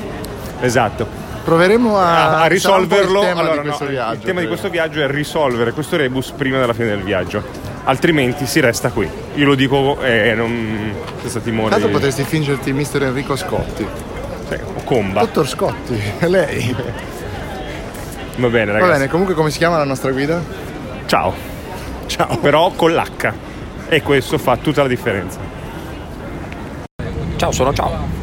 S5: Esatto.
S1: Proveremo a,
S5: Ah, a risolverlo.
S1: sarà Ah, diciamo un po' il tema
S5: Allora,
S1: di questo
S5: no,
S1: viaggio.
S5: il tema di
S1: credo.
S5: questo viaggio è risolvere questo rebus prima della fine del viaggio. Altrimenti si resta qui. Io lo dico eh, non senza timore.
S1: Tanto potresti fingerti Mr. Enrico Scotti.
S5: o Comba.
S1: Dottor Scotti, è
S5: [LAUGHS]
S1: lei.
S5: Va bene,
S1: Va
S5: ragazzi.
S1: bene, comunque come si chiama la nostra guida?
S5: Ciao. Ciao. Però con l'H. E questo fa tutta la differenza. Ciao, sono ciao.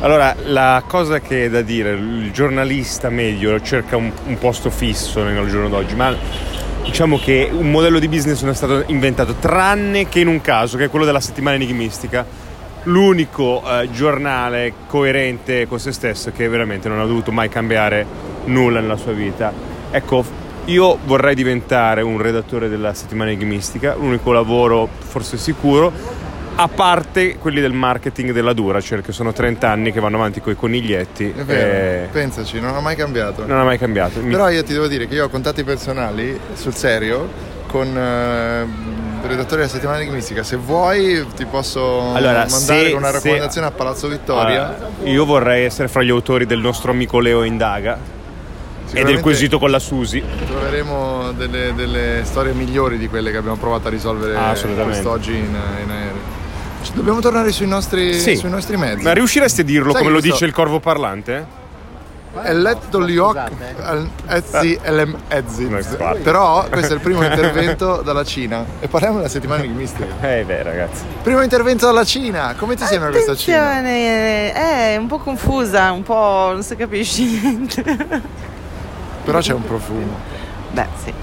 S5: Allora, la cosa che è da dire, il giornalista medio cerca un, un posto fisso nel giorno d'oggi, ma diciamo che un modello di business non è stato inventato, tranne che in un caso, che è quello della settimana enigmistica, l'unico eh, giornale coerente con se stesso che veramente non ha dovuto mai cambiare nulla nella sua vita. Ecco, io vorrei diventare un redattore della settimana enigmistica, l'unico lavoro forse sicuro, a parte quelli del marketing della Duracell, che sono 30 anni che vanno avanti con i coniglietti.
S1: È vero,
S5: e
S1: pensaci, non ha mai cambiato.
S5: Non ha mai cambiato. Mi-
S1: Però io ti devo dire che io ho contatti personali, sul serio, con eh, il redattore della settimana enigmistica. Se vuoi ti posso
S5: Allora,
S1: mandare
S5: se-
S1: una
S5: se-
S1: raccomandazione a Palazzo Vittoria.
S5: Allora, Ah, io vorrei essere fra gli autori del nostro amico Leo Indaga e del
S1: Sicuramente- Eh,
S5: quesito con la Susi.
S1: Troveremo delle, delle storie migliori di quelle che abbiamo provato a risolvere
S5: Ah, assolutamente.
S1: quest'oggi in, in aereo. Ci dobbiamo tornare sui nostri,
S5: Sì.
S1: sui nostri mezzi.
S5: Ma riusciresti a dirlo
S1: Sai
S5: come
S1: che
S5: lo
S1: questo-
S5: dice il corvo parlante?
S1: È letto gli occhi. Ezzi,
S5: Ah.
S1: LM Ezzi. Però questo è il primo intervento dalla Cina. E parliamo della settimana enigmistica.
S5: Eh, beh, ragazzi.
S1: Primo intervento dalla Cina. Come ti sembra questa Cina?
S20: Attenzione, è un po' confusa, un po' non si capisce niente.
S1: Però c'è un profumo.
S20: Beh, sì.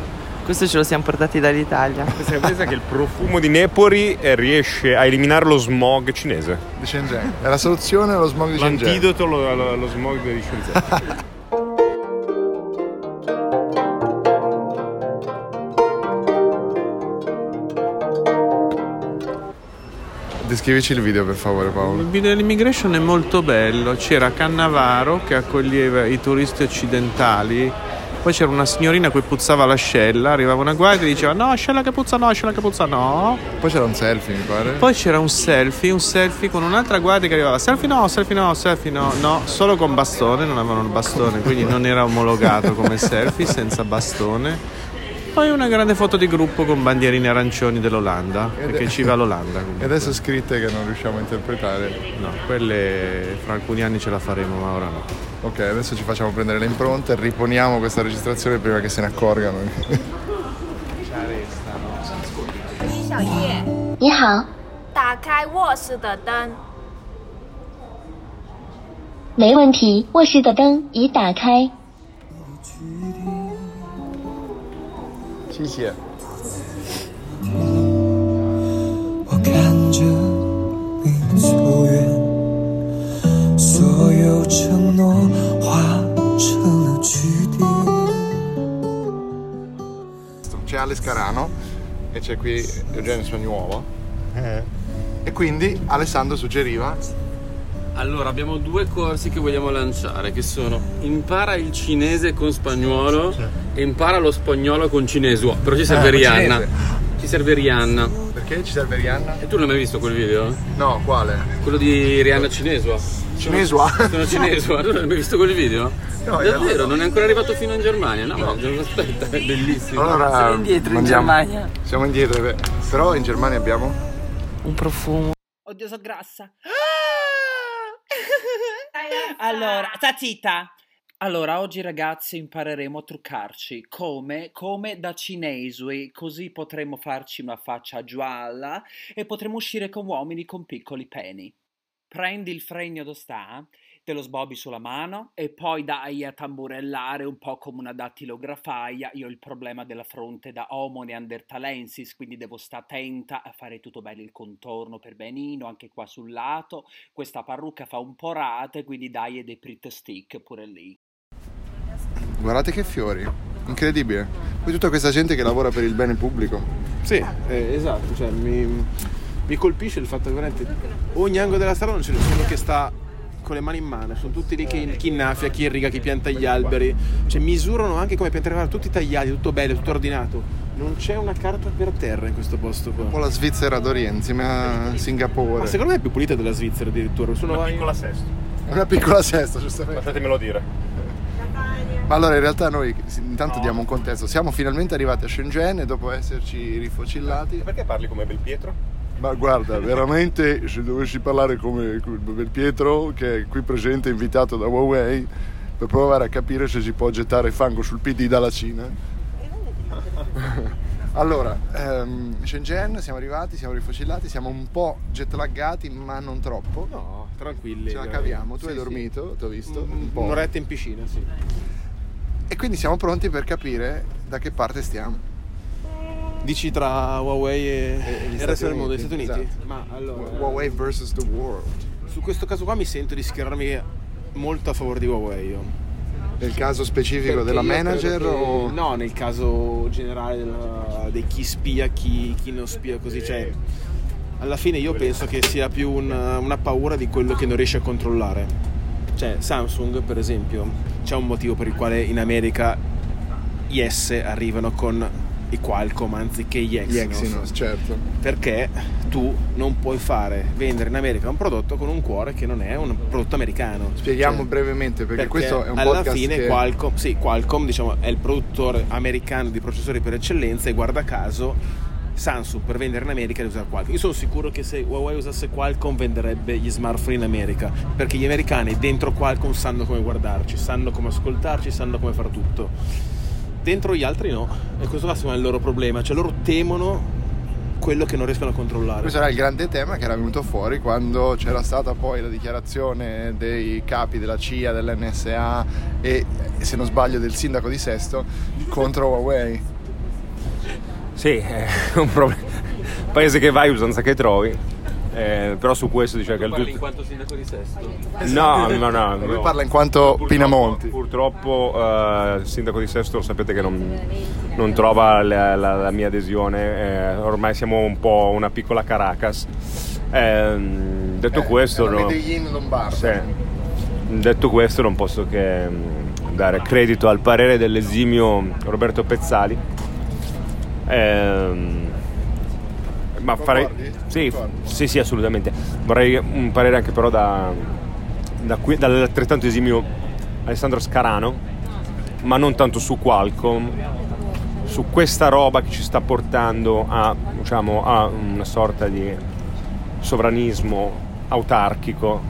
S20: Questo ce lo siamo portati dall'Italia.
S5: Questa è presa che il profumo di Nepori eh, riesce a eliminare lo smog cinese.
S1: Di Shenzhen. È la soluzione allo smog di Shenzhen.
S5: L'antidoto allo, allo- allo smog di [LAUGHS] Shenzhen.
S1: Descrivici il video per favore Paolo.
S21: Il video dell'immigration è molto bello, c'era Cannavaro che accoglieva i turisti occidentali, poi c'era una signorina che puzzava l'ascella, arrivava una guardia e diceva no, ascella che puzza no, ascella che puzza no.
S1: Poi c'era un selfie mi pare.
S21: Poi c'era un selfie, un selfie con un'altra guardia che arrivava selfie no, selfie no, selfie no, no, solo con bastone, non avevano il bastone, quindi non era omologato come selfie, senza bastone. Poi una grande foto di gruppo con bandierine arancioni dell'Olanda, perché ci va l'Olanda.
S1: E
S21: comunque.
S1: adesso scritte che non riusciamo a interpretare.
S21: No, quelle fra alcuni anni ce la faremo, ma ora no.
S1: Ok, adesso ci facciamo prendere le impronte, riponiamo questa registrazione prima che se ne accorgano.
S22: 小叶，
S23: 你好，
S22: 打开卧室的灯。
S23: [LAUGHS] 没问题。卧室的灯已打开。
S1: 谢谢。
S23: 我看着
S8: 有承诺化成了句点。
S1: C'è Alex Carano e c'è qui Eugenio Sognuovo. E quindi Alessandro suggeriva
S24: Allora, abbiamo due corsi che vogliamo lanciare, che sono impara il cinese con spagnolo e impara lo spagnolo con cinese. Wow, però ci serve
S1: Ah, con
S24: Rihanna.
S1: cinese.
S24: Ci serve Rihanna.
S1: perché ci serve Rihanna?
S24: E tu non hai mai visto quel video?
S1: No, quale?
S24: Quello di Rihanna Cinesua.
S1: Cinesua?
S24: [LAUGHS] Sono Cinesua, tu non hai mai visto quel video?
S1: No, in realtà
S24: Davvero,
S1: no.
S24: non è ancora arrivato fino in Germania. No, ma aspetta, è bellissimo.
S1: Allora, mandiamo-
S24: Germania.
S1: Siamo indietro, beh, però in Germania abbiamo
S25: un profumo.
S18: Oddio, so grassa. [LAUGHS] allora, sta zitta. Allora, oggi ragazzi impareremo a truccarci come, come da cinesi, così potremo farci una faccia gialla e potremo uscire con uomini con piccoli peni. Prendi il fregno dove sta, te lo sbobbi sulla mano e poi dai a tamburellare un po' come una dattilografaia. Io ho il problema della fronte da homo neandertalensis, quindi devo stare attenta a fare tutto bello il contorno per benino, anche qua sul lato. Questa parrucca fa un po' rate, quindi dai e dei prit stick pure lì.
S1: Guardate che fiori, incredibile. Poi tutta questa gente che lavora per il bene pubblico.
S6: Sì, eh, esatto, cioè, mi, mi colpisce il fatto che veramente ogni angolo della strada non c'è nessuno che sta con le mani in mano, sono tutti lì che, chi innaffia, chi irriga, chi pianta gli alberi, cioè misurano anche come piantare tutti tagliati, tutto bello, tutto ordinato. Non c'è una carta per terra in questo posto qua.
S1: Un po' la Svizzera d'Oriente, ma Singapore.
S6: Ma secondo me è più pulita della Svizzera addirittura. Sono una piccola sesto.
S1: Una piccola sesta, giustamente.
S6: Fatemelo dire.
S1: Ma allora in realtà noi intanto diamo un contesto. Siamo finalmente arrivati a Shenzhen e dopo esserci rifocillati.
S26: Perché parli come Belpietro?
S27: Ma guarda, veramente se dovessi parlare come Bel Pietro, che è qui presente invitato da Huawei, per provare a capire se si può gettare fango sul PD dalla Cina.
S1: Allora, ehm, Shenzhen, siamo arrivati, siamo rifocillati, siamo un po' jetlaggati, ma non troppo.
S6: No, tranquilli.
S1: Ce la
S6: dai.
S1: caviamo, tu
S6: Sì,
S1: hai
S6: sì.
S1: dormito, ti ho visto.
S27: Mm,
S1: un po'.
S6: Un'oretta in piscina, sì.
S1: E quindi siamo pronti per capire da che parte stiamo.
S6: Dici tra Huawei e, e
S1: gli
S6: il
S1: Stati
S6: resto del mondo, gli
S1: Uniti,
S6: Stati Uniti.
S1: esatto.
S6: Ma allora,
S1: Huawei versus the world.
S6: Su questo caso qua mi sento di schierarmi molto a favore di Huawei. Io.
S1: Nel caso specifico
S6: Perché
S1: della
S6: io credo
S1: manager
S6: che-
S1: o-
S6: No, nel caso generale della- di chi spia, chi, chi non spia, così. Cioè, alla fine io penso che sia più un- una paura di quello che non riesce a controllare. Cioè, Samsung, per esempio, c'è un motivo per il quale in America gli S arrivano con i Qualcomm anziché gli
S1: Gli
S6: Exynos.
S1: Exynos, certo.
S6: Perché tu non puoi fare vendere in America un prodotto con un cuore che non è un prodotto americano.
S1: Spieghiamo
S6: Cioè,
S1: brevemente perché, questo è un
S6: alla
S1: podcast
S6: fine
S1: che...
S6: Qualcomm, sì, Qualcomm diciamo, è il produttore americano di processori per eccellenza e guarda caso Samsung per vendere in America deve usare Qualcomm. Io sono sicuro che se Huawei usasse Qualcomm venderebbe gli smartphone in America perché gli americani dentro Qualcomm sanno come guardarci, sanno come ascoltarci, sanno come fare tutto. Dentro gli altri no, e questo là secondo me, è il loro problema, cioè loro temono quello che non riescono a controllare.
S1: Questo era il grande tema che era venuto fuori quando c'era stata poi la dichiarazione dei capi della CIA, dell'NSA e se non sbaglio del sindaco di Sesto contro Huawei.
S5: Sì, [LAUGHS] è un problema. Paese che vai, usanza che trovi. Eh, però su questo dice che il
S24: Parli in
S5: tutto.
S24: quanto sindaco di Sesto. [LAUGHS]
S5: No, no, no.
S1: Lui
S5: no.
S1: parla in quanto Pinamonti.
S5: Purtroppo eh, il sindaco di Sesto sapete che non, non trova la, la- la mia adesione, eh, ormai siamo un po' una piccola Caracas. Ehm,
S1: Eh,
S5: detto questo,
S1: Era
S5: no.
S1: Medellin Lombardo.
S5: Sì. Detto questo, non posso che mh, dare credito al parere dell'esimio Roberto Pezzali. Ehm, ma farei. Sì, sì, sì, assolutamente. Vorrei un parere anche però da, da qui- dall'altrettanto esimio Alessandro Scarano, ma non tanto su Qualcomm, su questa roba che ci sta portando a, diciamo, a una sorta di sovranismo autarchico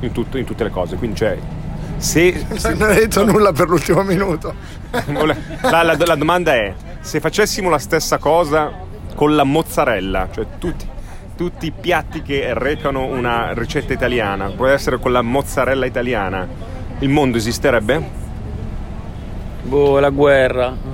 S5: in, tutto- in tutte le cose. Quindi, cioè, se, [LAUGHS]
S1: [LAUGHS]
S5: se-
S28: Non hai detto nulla per l'ultimo minuto.
S5: la, la- la domanda è: se facessimo la stessa cosa con la mozzarella, cioè tutti, tutti i piatti che recano una ricetta italiana, può essere con la mozzarella italiana, il mondo esisterebbe?
S29: Boh, la guerra.
S1: [LAUGHS]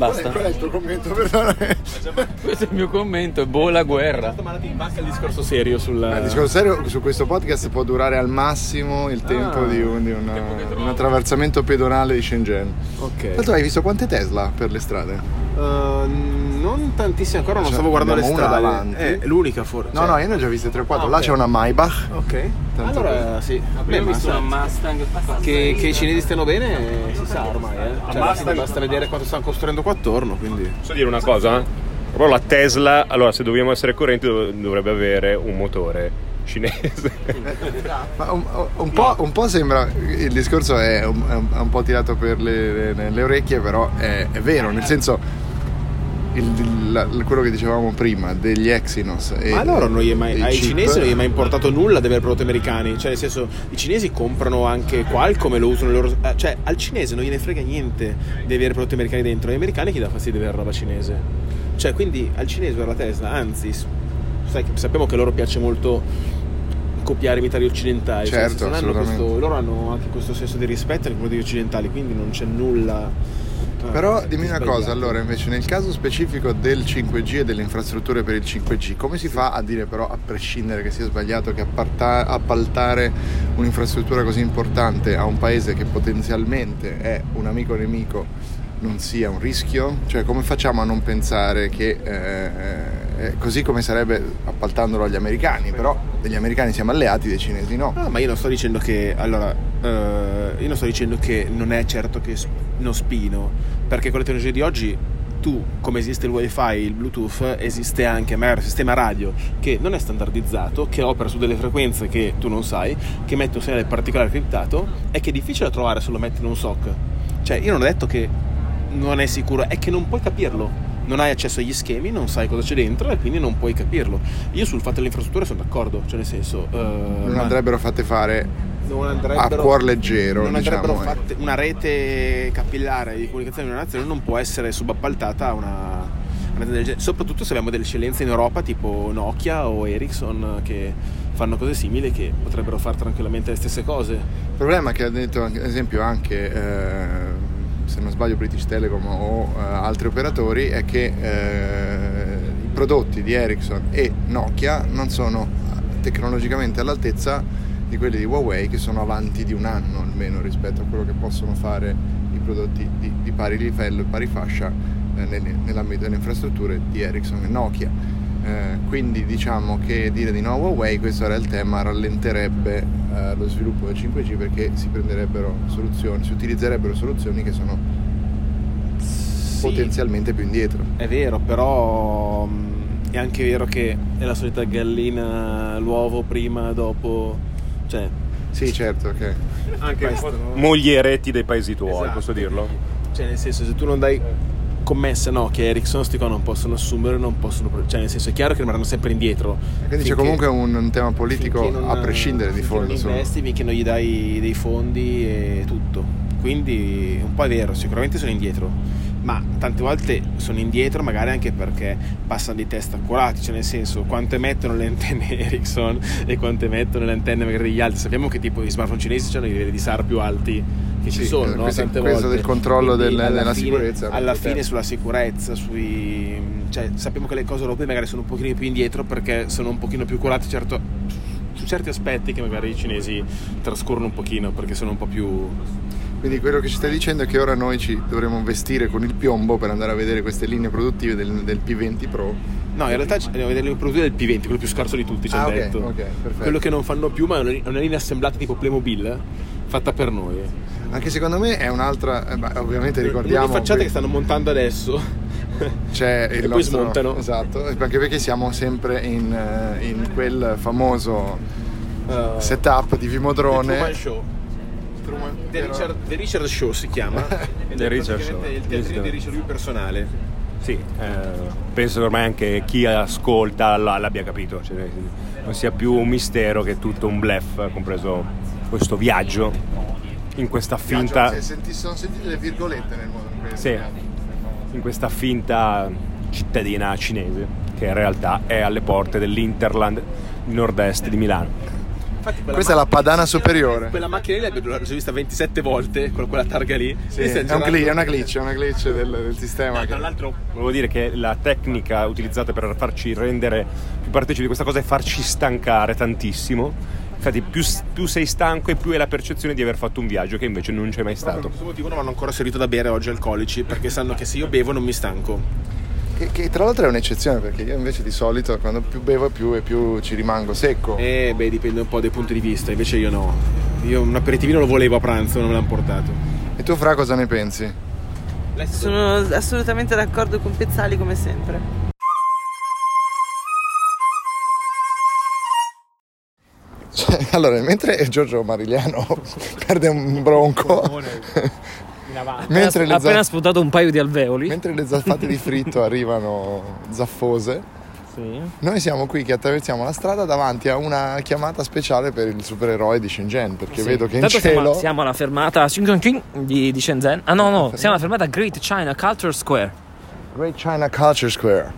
S17: Basta.
S30: Qual è il tuo commento? Perdona.
S24: Questo è il mio commento, è boh la guerra.
S6: Manca il discorso serio sulla.
S1: Il discorso Ah, serio su questo podcast può durare al massimo il
S6: Ah.
S1: tempo di, un, di una- un attraversamento pedonale di Shenzhen.
S6: Ok.
S1: Tanto hai visto quante Tesla per le strade?
S6: Eh, non tantissime ancora, non
S1: Cioè,
S6: stavo guardando le
S1: abbiamo una
S6: strade.
S1: davanti.
S6: Eh, è l'unica forse.
S1: No, no, io ne ho già viste 3 o 4.
S6: Ah,
S1: Là
S6: ok.
S1: c'è una Maybach.
S6: Ok.
S1: Tanto
S6: allora sì. Beh,
S24: Abbiamo
S6: ma
S24: visto una
S6: sai,
S24: Mustang
S6: che, che i cinesi stiano bene eh, si sa ormai, eh. Cioè, basta, basta vedere quanto stanno costruendo qua attorno, quindi.
S4: Posso dire una cosa? Però la Tesla, allora se dobbiamo essere correnti dov- dovrebbe avere un motore cinese.
S1: Ma un, un po', un po' sembra. Il discorso è un, è un- è un po' tirato per le, le- le orecchie, però è, è vero, nel senso. il- la- quello che dicevamo prima degli Exynos e
S6: Ma a loro non gli è mai,
S1: e
S6: ai
S1: chip.
S6: cinesi non gli è mai importato nulla di avere prodotti americani. Cioè, nel senso, i cinesi comprano anche Qualcomm e lo usano nel loro. eh, Cioè, al cinese non gliene frega niente di avere prodotti americani dentro. Agli americani gli dà fastidio di avere roba cinese. Cioè, quindi al cinese per la Tesla, anzi, s- sai che sappiamo che a loro piace molto copiare i militari occidentali. Cioè,
S1: Certo,
S6: nel senso, hanno
S1: assolutamente.
S6: questo- loro hanno anche questo senso di rispetto nei confronti degli occidentali, quindi non c'è nulla. eh,
S1: Però
S6: di
S1: dimmi una
S6: sbagliato.
S1: cosa, allora invece nel caso specifico del 5G e delle infrastrutture per il 5G, come si fa a dire però, a prescindere che sia sbagliato, che apparta- appaltare un'infrastruttura così importante a un paese che potenzialmente è un amico nemico non sia un rischio? Cioè come facciamo a non pensare che, eh, eh, così come sarebbe appaltandolo agli americani, però degli americani siamo alleati, dei cinesi no?
S6: Ah, ma io non sto dicendo che. Allora, eh, io non sto dicendo che non è certo che non spino, perché con le tecnologie di oggi. Tu, come esiste il wifi, il bluetooth, esiste anche magari un sistema radio che non è standardizzato, che opera su delle frequenze che tu non sai, che mette un segnale particolare criptato e che è difficile da trovare se lo metti in un SOC. Cioè, io non ho detto che non è sicuro, è che non puoi capirlo. Non hai accesso agli schemi, non sai cosa c'è dentro e quindi non puoi capirlo. Io sul fatto dell'infrastruttura sono d'accordo, cioè nel senso... eh,
S1: Non
S6: ma-
S1: andrebbero fatte fare
S6: non andrebbero-
S1: a cuor leggero,
S6: non andrebbero
S1: diciamo, eh.
S6: fatte- una rete capillare di comunicazione di una nazione non può essere subappaltata a una, una rete del genere. soprattutto se abbiamo delle eccellenze in Europa tipo Nokia o Ericsson che fanno cose simili che potrebbero fare tranquillamente le stesse cose
S1: Il problema è che ha detto anche- ad esempio anche, eh, se non sbaglio, British Telecom o eh, altri operatori è che eh, i prodotti di Ericsson e Nokia non sono tecnologicamente all'altezza di quelli di Huawei che sono avanti di un anno almeno rispetto a quello che possono fare i prodotti di, di pari livello e pari fascia eh, nel- nell'ambito delle infrastrutture di Ericsson e Nokia. Eh, quindi diciamo che dire di no a Huawei, questo era il tema, rallenterebbe eh, lo sviluppo del 5G perché si prenderebbero soluzioni, si utilizzerebbero soluzioni che sono potenzialmente più indietro.
S6: È vero, però mh, è anche vero che è la solita gallina, l'uovo prima, dopo. Cioè.
S1: Sì, certo, ok.
S6: Anche
S4: Moglieretti dei paesi tuoi,
S6: Esatto.
S4: posso dirlo?
S6: Cioè, nel senso, se tu non dai commesse no, che Ericsson sti qua non possono assumere, non possono. pro- Cioè, nel senso, è chiaro che rimarranno sempre indietro.
S1: Quindi
S6: Finché-
S1: c'è comunque un, un tema politico
S6: finché non-
S1: a prescindere di
S6: finché
S1: fondo.
S6: Non
S1: insomma.
S6: investi finché non gli dai dei fondi e tutto. Quindi un po' è vero, sicuramente sono indietro. Ma tante volte sono indietro magari anche perché passano dei test accurati, cioè nel senso quanto emettono le antenne [LAUGHS] Ericsson e quanto emettono le antenne magari degli altri. Sappiamo che tipo i smartphone cinesi hanno i livelli di SAR più alti che ci
S1: Sì,
S6: sono,
S1: eh,
S6: no?
S1: questo-
S6: Tante
S1: questo
S6: volte.
S1: del controllo
S6: Quindi,
S1: del-
S6: alla
S1: della
S6: fine-
S1: sicurezza,
S6: Alla
S1: proprio,
S6: fine
S1: certo.
S6: sulla sicurezza, sui... cioè, sappiamo che le cose europee magari sono un pochino più indietro perché sono un pochino più curate certo, su certi aspetti che magari i cinesi trascorrono un pochino perché sono un po' più...
S1: Quindi quello che ci stai dicendo è che ora noi ci dovremmo vestire con il piombo per andare a vedere queste linee produttive del, del P20 Pro.
S6: No, in realtà andiamo a vedere le produzioni del P20, quello più scarso di tutti, ci
S1: Ah,
S6: hanno
S1: ok,
S6: detto.
S1: ok, perfetto.
S6: Quello che non fanno più, ma è una- è una linea assemblata tipo Playmobil, eh, fatta per noi.
S1: Anche secondo me è un'altra, eh, beh, ovviamente
S6: Le
S1: ricordiamo...
S6: facciate che stanno montando
S1: [LAUGHS]
S6: adesso. eh,
S1: C'è il
S6: e poi
S1: nostro-
S6: smontano.
S1: Esatto, anche perché siamo sempre in, eh, in quel famoso setup di
S6: The Truman
S1: Vimodrone.
S6: Show. The Richard, The Richard Show
S1: [LAUGHS]
S6: si chiama. Ed è
S4: Richard
S6: praticamente
S4: Show.
S6: Il teatrino di Richard lui personale.
S4: Sì, eh, penso che ormai anche chi ascolta la- l'abbia capito, cioè, non sia più un mistero che tutto un bluff, compreso questo viaggio in questa finta,
S1: Cioè, Se senti- sono sentite le virgolette nel modo in cui
S4: sì, in questa finta cittadina cinese che in realtà è alle porte dell'Interland nord-est di Milano.
S6: Infatti quella
S1: Questa è la padana superiore.
S6: Quella macchina lì l'abbiamo l'ho già vista 27 volte, con quella targa lì.
S1: Sì,
S6: Questa
S1: è, un
S6: girato-
S1: gli- è una glitch, è una glitch del, del sistema. che-
S4: Volevo dire che la tecnica utilizzata per farci rendere più partecipi di questa cosa è farci stancare tantissimo. Infatti, più, più sei stanco e più è la percezione di aver fatto un viaggio che invece non c'è mai
S6: Per
S4: stato.
S6: questo motivo non hanno ancora servito da bere oggi alcolici, perché sanno che se io bevo non mi stanco.
S1: Che, che tra l'altro è un'eccezione perché io invece di solito quando più bevo più e più ci rimango secco.
S6: Eh, beh, dipende un po' dai punti di vista, invece io no. Io un aperitivino lo volevo a pranzo, non me l'hanno portato.
S1: E tu, Fra, cosa ne pensi?
S8: Sono assolutamente d'accordo con Pezzali come sempre.
S1: Cioè, [LAUGHS] allora, mentre Giorgio Marigliano [LAUGHS] perde un bronco, [LAUGHS] mentre le za-
S2: appena sputato un paio di alveoli.
S1: Mentre le zaffate di
S2: [LAUGHS]
S1: fritto arrivano zaffose, noi siamo qui che attraversiamo la strada davanti a una chiamata speciale per il supereroe di Shenzhen, perché
S2: Sì.
S1: vedo che in
S2: Tanto siamo-
S1: cielo...
S2: Siamo, alla fermata Xinjiang di, di Shenzhen. Ah no, no, siamo alla fermata Great China Culture Square.
S1: Great China Culture Square.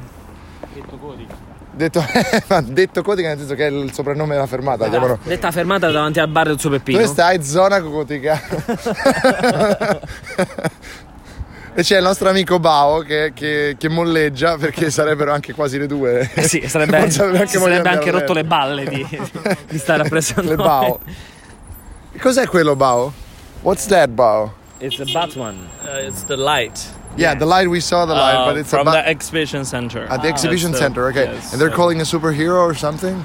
S1: Detto, [LAUGHS] ma detto Codica nel senso che è il soprannome della fermata. chiamano-
S2: Detta fermata davanti al bar del suo Peppino.
S1: Dove stai? Zona
S2: [LAUGHS]
S1: Cotica. e c'è il nostro amico Bao che, che- che molleggia perché sarebbero anche quasi le
S2: [LAUGHS]
S1: due.
S2: Eh Sì, sarebbe,
S1: Non sarebbe
S2: si
S1: voglia
S2: sarebbe
S1: di
S2: anche
S1: andare
S2: rotto
S1: a
S2: le balle di, di
S1: [LAUGHS]
S2: stare appresso a
S1: Le
S2: noi.
S1: Bao. Cos'è quello Bao? What's that Bao?
S2: It's a Batman. Uh, it's the light.
S1: Yeah, the light we saw the light,
S2: Uh,
S1: but it's a
S2: from
S1: Ba-
S2: the exhibition center.
S1: At the exhibition
S2: Yes, uh,
S1: center, okay.
S2: yes,
S1: And they're
S2: uh,
S1: calling a superhero or something?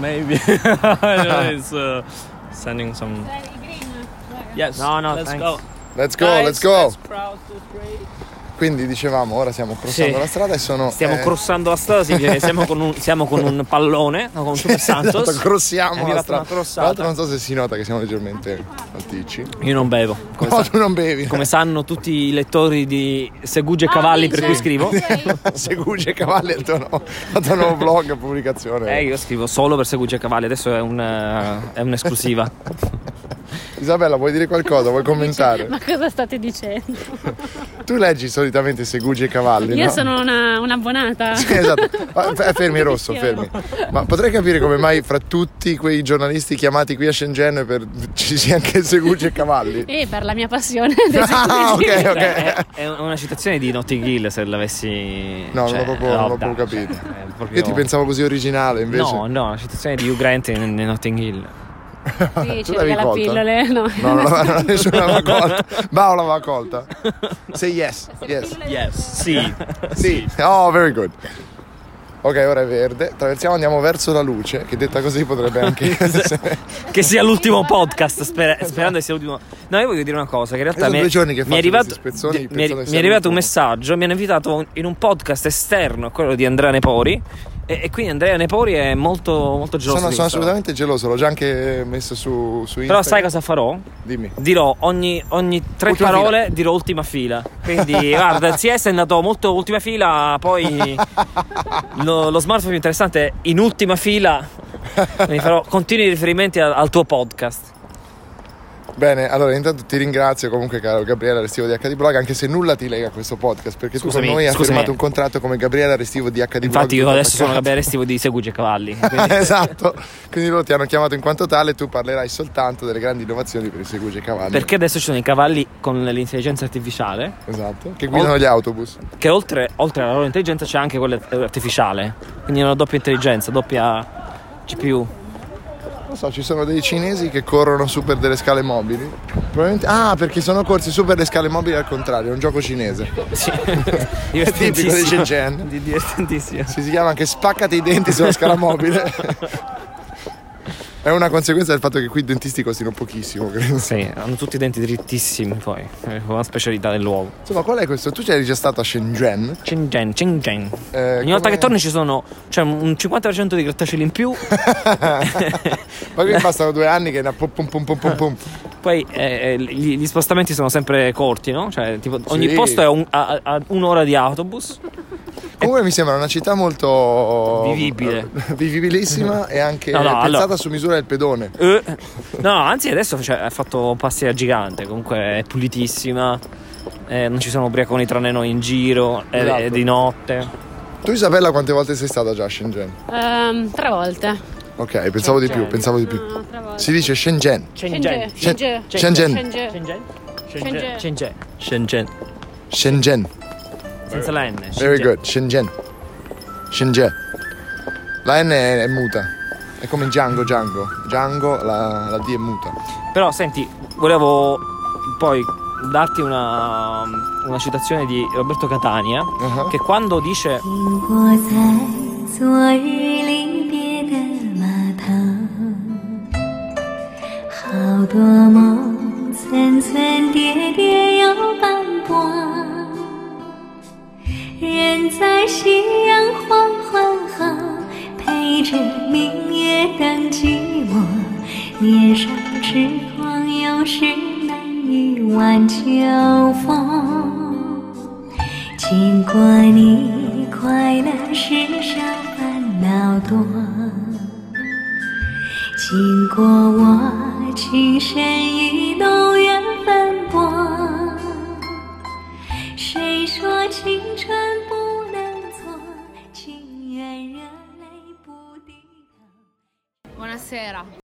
S2: Maybe. I don't know, [LAUGHS] it's uh, sending some. Yes. No, no, let's go.
S1: Let's go, let's go. Quindi dicevamo, ora stiamo crossando
S2: Sì.
S1: la strada e sono.
S2: Stiamo
S1: eh,
S2: crossando la strada, significa che siamo con un, siamo con un pallone, no, con un
S1: [LAUGHS]
S2: Super Santos.
S1: Esatto, crossiamo
S2: È
S1: la
S2: arrivata
S1: strada.
S2: una
S1: Tra l'altro
S2: crossata.
S1: non so se si nota che siamo leggermente alticci.
S2: Io non bevo. Come
S1: no, tu non bevi.
S2: Come sanno tutti i lettori di Seguge e Cavalli per cui scrivo.
S1: [LAUGHS] Seguge Cavalli è il tuo nuovo, il tuo nuovo blog, pubblicazione.
S2: Eh, io scrivo solo per Seguge e Cavalli, adesso è, un, eh, è un'esclusiva.
S1: [LAUGHS] Isabella, vuoi dire qualcosa? Vuoi commentare?
S9: Ma cosa state dicendo?
S1: [LAUGHS] Tu leggi solitamente Segugi e Cavalli,
S9: Io
S1: no?
S9: sono una, un'abbonata.
S1: Sì,
S9: [LAUGHS]
S1: esatto. Ma- f- fermi rosso, fermi. Ma potrei capire come mai fra tutti quei giornalisti chiamati qui a Shenzhen per- ci sia anche Segugi e Cavalli?
S9: [LAUGHS] E per la mia passione.
S1: Ah, ok, ok.
S2: È, è una citazione di Notting Hill se l'avessi...
S1: No,
S2: cioè,
S1: non l'ho proprio, non l'ho
S2: no, dai,
S1: proprio capito.
S2: cioè, è proprio-
S1: Io ti pensavo così originale invece.
S2: No, no, la citazione di Hugh Grant in, in Notting Hill.
S9: Sì,
S1: Tu
S9: ci
S1: l'avevi
S9: regala
S1: colta?
S9: pillole. eh, No,
S1: No, non l'aveva, [LAUGHS]
S9: [LAUGHS]
S1: non- nessuno l'aveva colta. Bao l'aveva colta. Say yes. Yes.
S2: Yes. [LAUGHS] Sì.
S1: Sì. Oh, very good. Ok, ora è verde. Traversiamo, andiamo verso la luce, che detta così potrebbe
S2: [LAUGHS]
S1: anche essere.
S2: Che sia l'ultimo podcast, sper- sperando che sia l'ultimo. No, io voglio dire una cosa: che in realtà
S1: Sono
S2: mi-
S1: due giorni che
S2: mi è
S1: faccio
S2: arrivato,
S1: questi spezzoni,
S2: di- mi è,
S1: pensavo che
S2: mi è
S1: sia
S2: arrivato
S1: l'ultimo.
S2: un messaggio. Mi hanno invitato un- in un podcast esterno, a quello di Andrea Nepori. E, e quindi Andrea Nepori è molto, molto
S1: Sono,
S2: geloso. di
S1: sono
S2: questa cosa.
S1: assolutamente geloso, l'ho già anche messo su, su Instagram.
S2: Però sai cosa farò?
S1: Dimmi.
S2: Dirò ogni, ogni tre
S1: Ultima
S2: parole, dirò ultima fila. Quindi, guarda, il CS è andato molto ultima fila.
S1: [LAUGHS]
S2: Poi lo, lo smartphone più interessante è in ultima fila. Quindi farò continui riferimenti al- al tuo podcast.
S1: Bene, allora intanto ti ringrazio comunque caro Gabriele Restivo di HD Blog, anche se nulla ti lega a questo podcast, perché
S2: Scusami,
S1: tu con noi hai
S2: scusami.
S1: firmato un contratto come Gabriele Restivo di HD Blog.
S2: Infatti, io
S1: tutto
S2: adesso sono
S1: attaccato.
S2: Gabriele Restivo di Segugi e Cavalli. [LAUGHS]
S1: esatto, [LAUGHS] quindi loro ti hanno chiamato in quanto tale e tu parlerai soltanto delle grandi innovazioni per i segugi e cavalli.
S2: Perché adesso ci sono i cavalli con l'intelligenza artificiale.
S1: Esatto. Che guidano gli autobus.
S2: Che oltre, oltre alla loro intelligenza c'è anche quella artificiale. Quindi è una doppia intelligenza, doppia CPU.
S1: Non so, ci sono dei cinesi che corrono su per delle scale mobili. Probabilmente... Ah, perché sono corsi su per le scale mobili al contrario, è un gioco cinese.
S2: Sì.
S1: È tipico di
S2: Divertentissimo. [LAUGHS]
S1: Shenzhen.
S2: Di- Divertentissimo.
S1: Si, si chiama anche spaccati i denti sulla scala mobile. [LAUGHS] È una conseguenza del fatto che qui i dentisti costino pochissimo, credo.
S2: Sì, hanno tutti i denti drittissimi poi. È una specialità dell'uovo.
S1: Insomma, qual è questo? Tu c'eri già stato a Shenzhen? eh,
S2: Shenzhen, Shenzhen. Ogni volta che torni ci sono cioè, un 50% di grattacieli in più.
S1: Poi qui bastano due anni che... na- pum, pum, pum, pum, pum, pum.
S2: Poi eh, eh, gli, gli spostamenti sono sempre corti, no? Cioè, tipo, ogni
S1: Sì.
S2: posto è un- a- a- a un'ora di autobus.
S1: Comunque mi sembra una città molto...
S2: Vivibile.
S1: [LAUGHS] Vivibilissima e anche
S2: No, no,
S1: pensata
S2: allora-
S1: su misura del pedone.
S2: Eh, no, anzi, adesso cioè, ha fatto passi da gigante. Comunque è pulitissima. eh, non ci sono ubriaconi tranne noi in giro. È,
S1: Esatto.
S2: è di notte.
S1: Tu Isabella quante volte sei stata già a Shenzhen?
S9: Ehm, tre volte.
S1: Ok, pensavo di più, pensavo di più. Si dice Shenzhen.
S2: Shenzhen.
S1: Shen-
S2: Shenzhen.
S1: Shenzhen.
S2: Shenzhen.
S9: Shenzhen.
S2: Shenzhen.
S1: Shenzhen. Shenzhen.
S2: Senza la N.
S1: Very
S2: Shenzhen.
S1: good, Shenzhen. Shenzhen. La N è, è muta. È come in Django Django. Django, la, la D è muta.
S2: Però senti, volevo poi darti una, una citazione di Roberto Catania che quando dice
S13: 我在昨日临别的码头，好多梦层层叠叠又斑驳，人在夕阳黄昏后，陪着明月等寂寞，年少痴狂有时难以挽秋风。经过你，快乐世上烦恼多；经过我，情深意浓缘分薄。谁说青春不能错？情愿热泪不。
S9: Buonasera.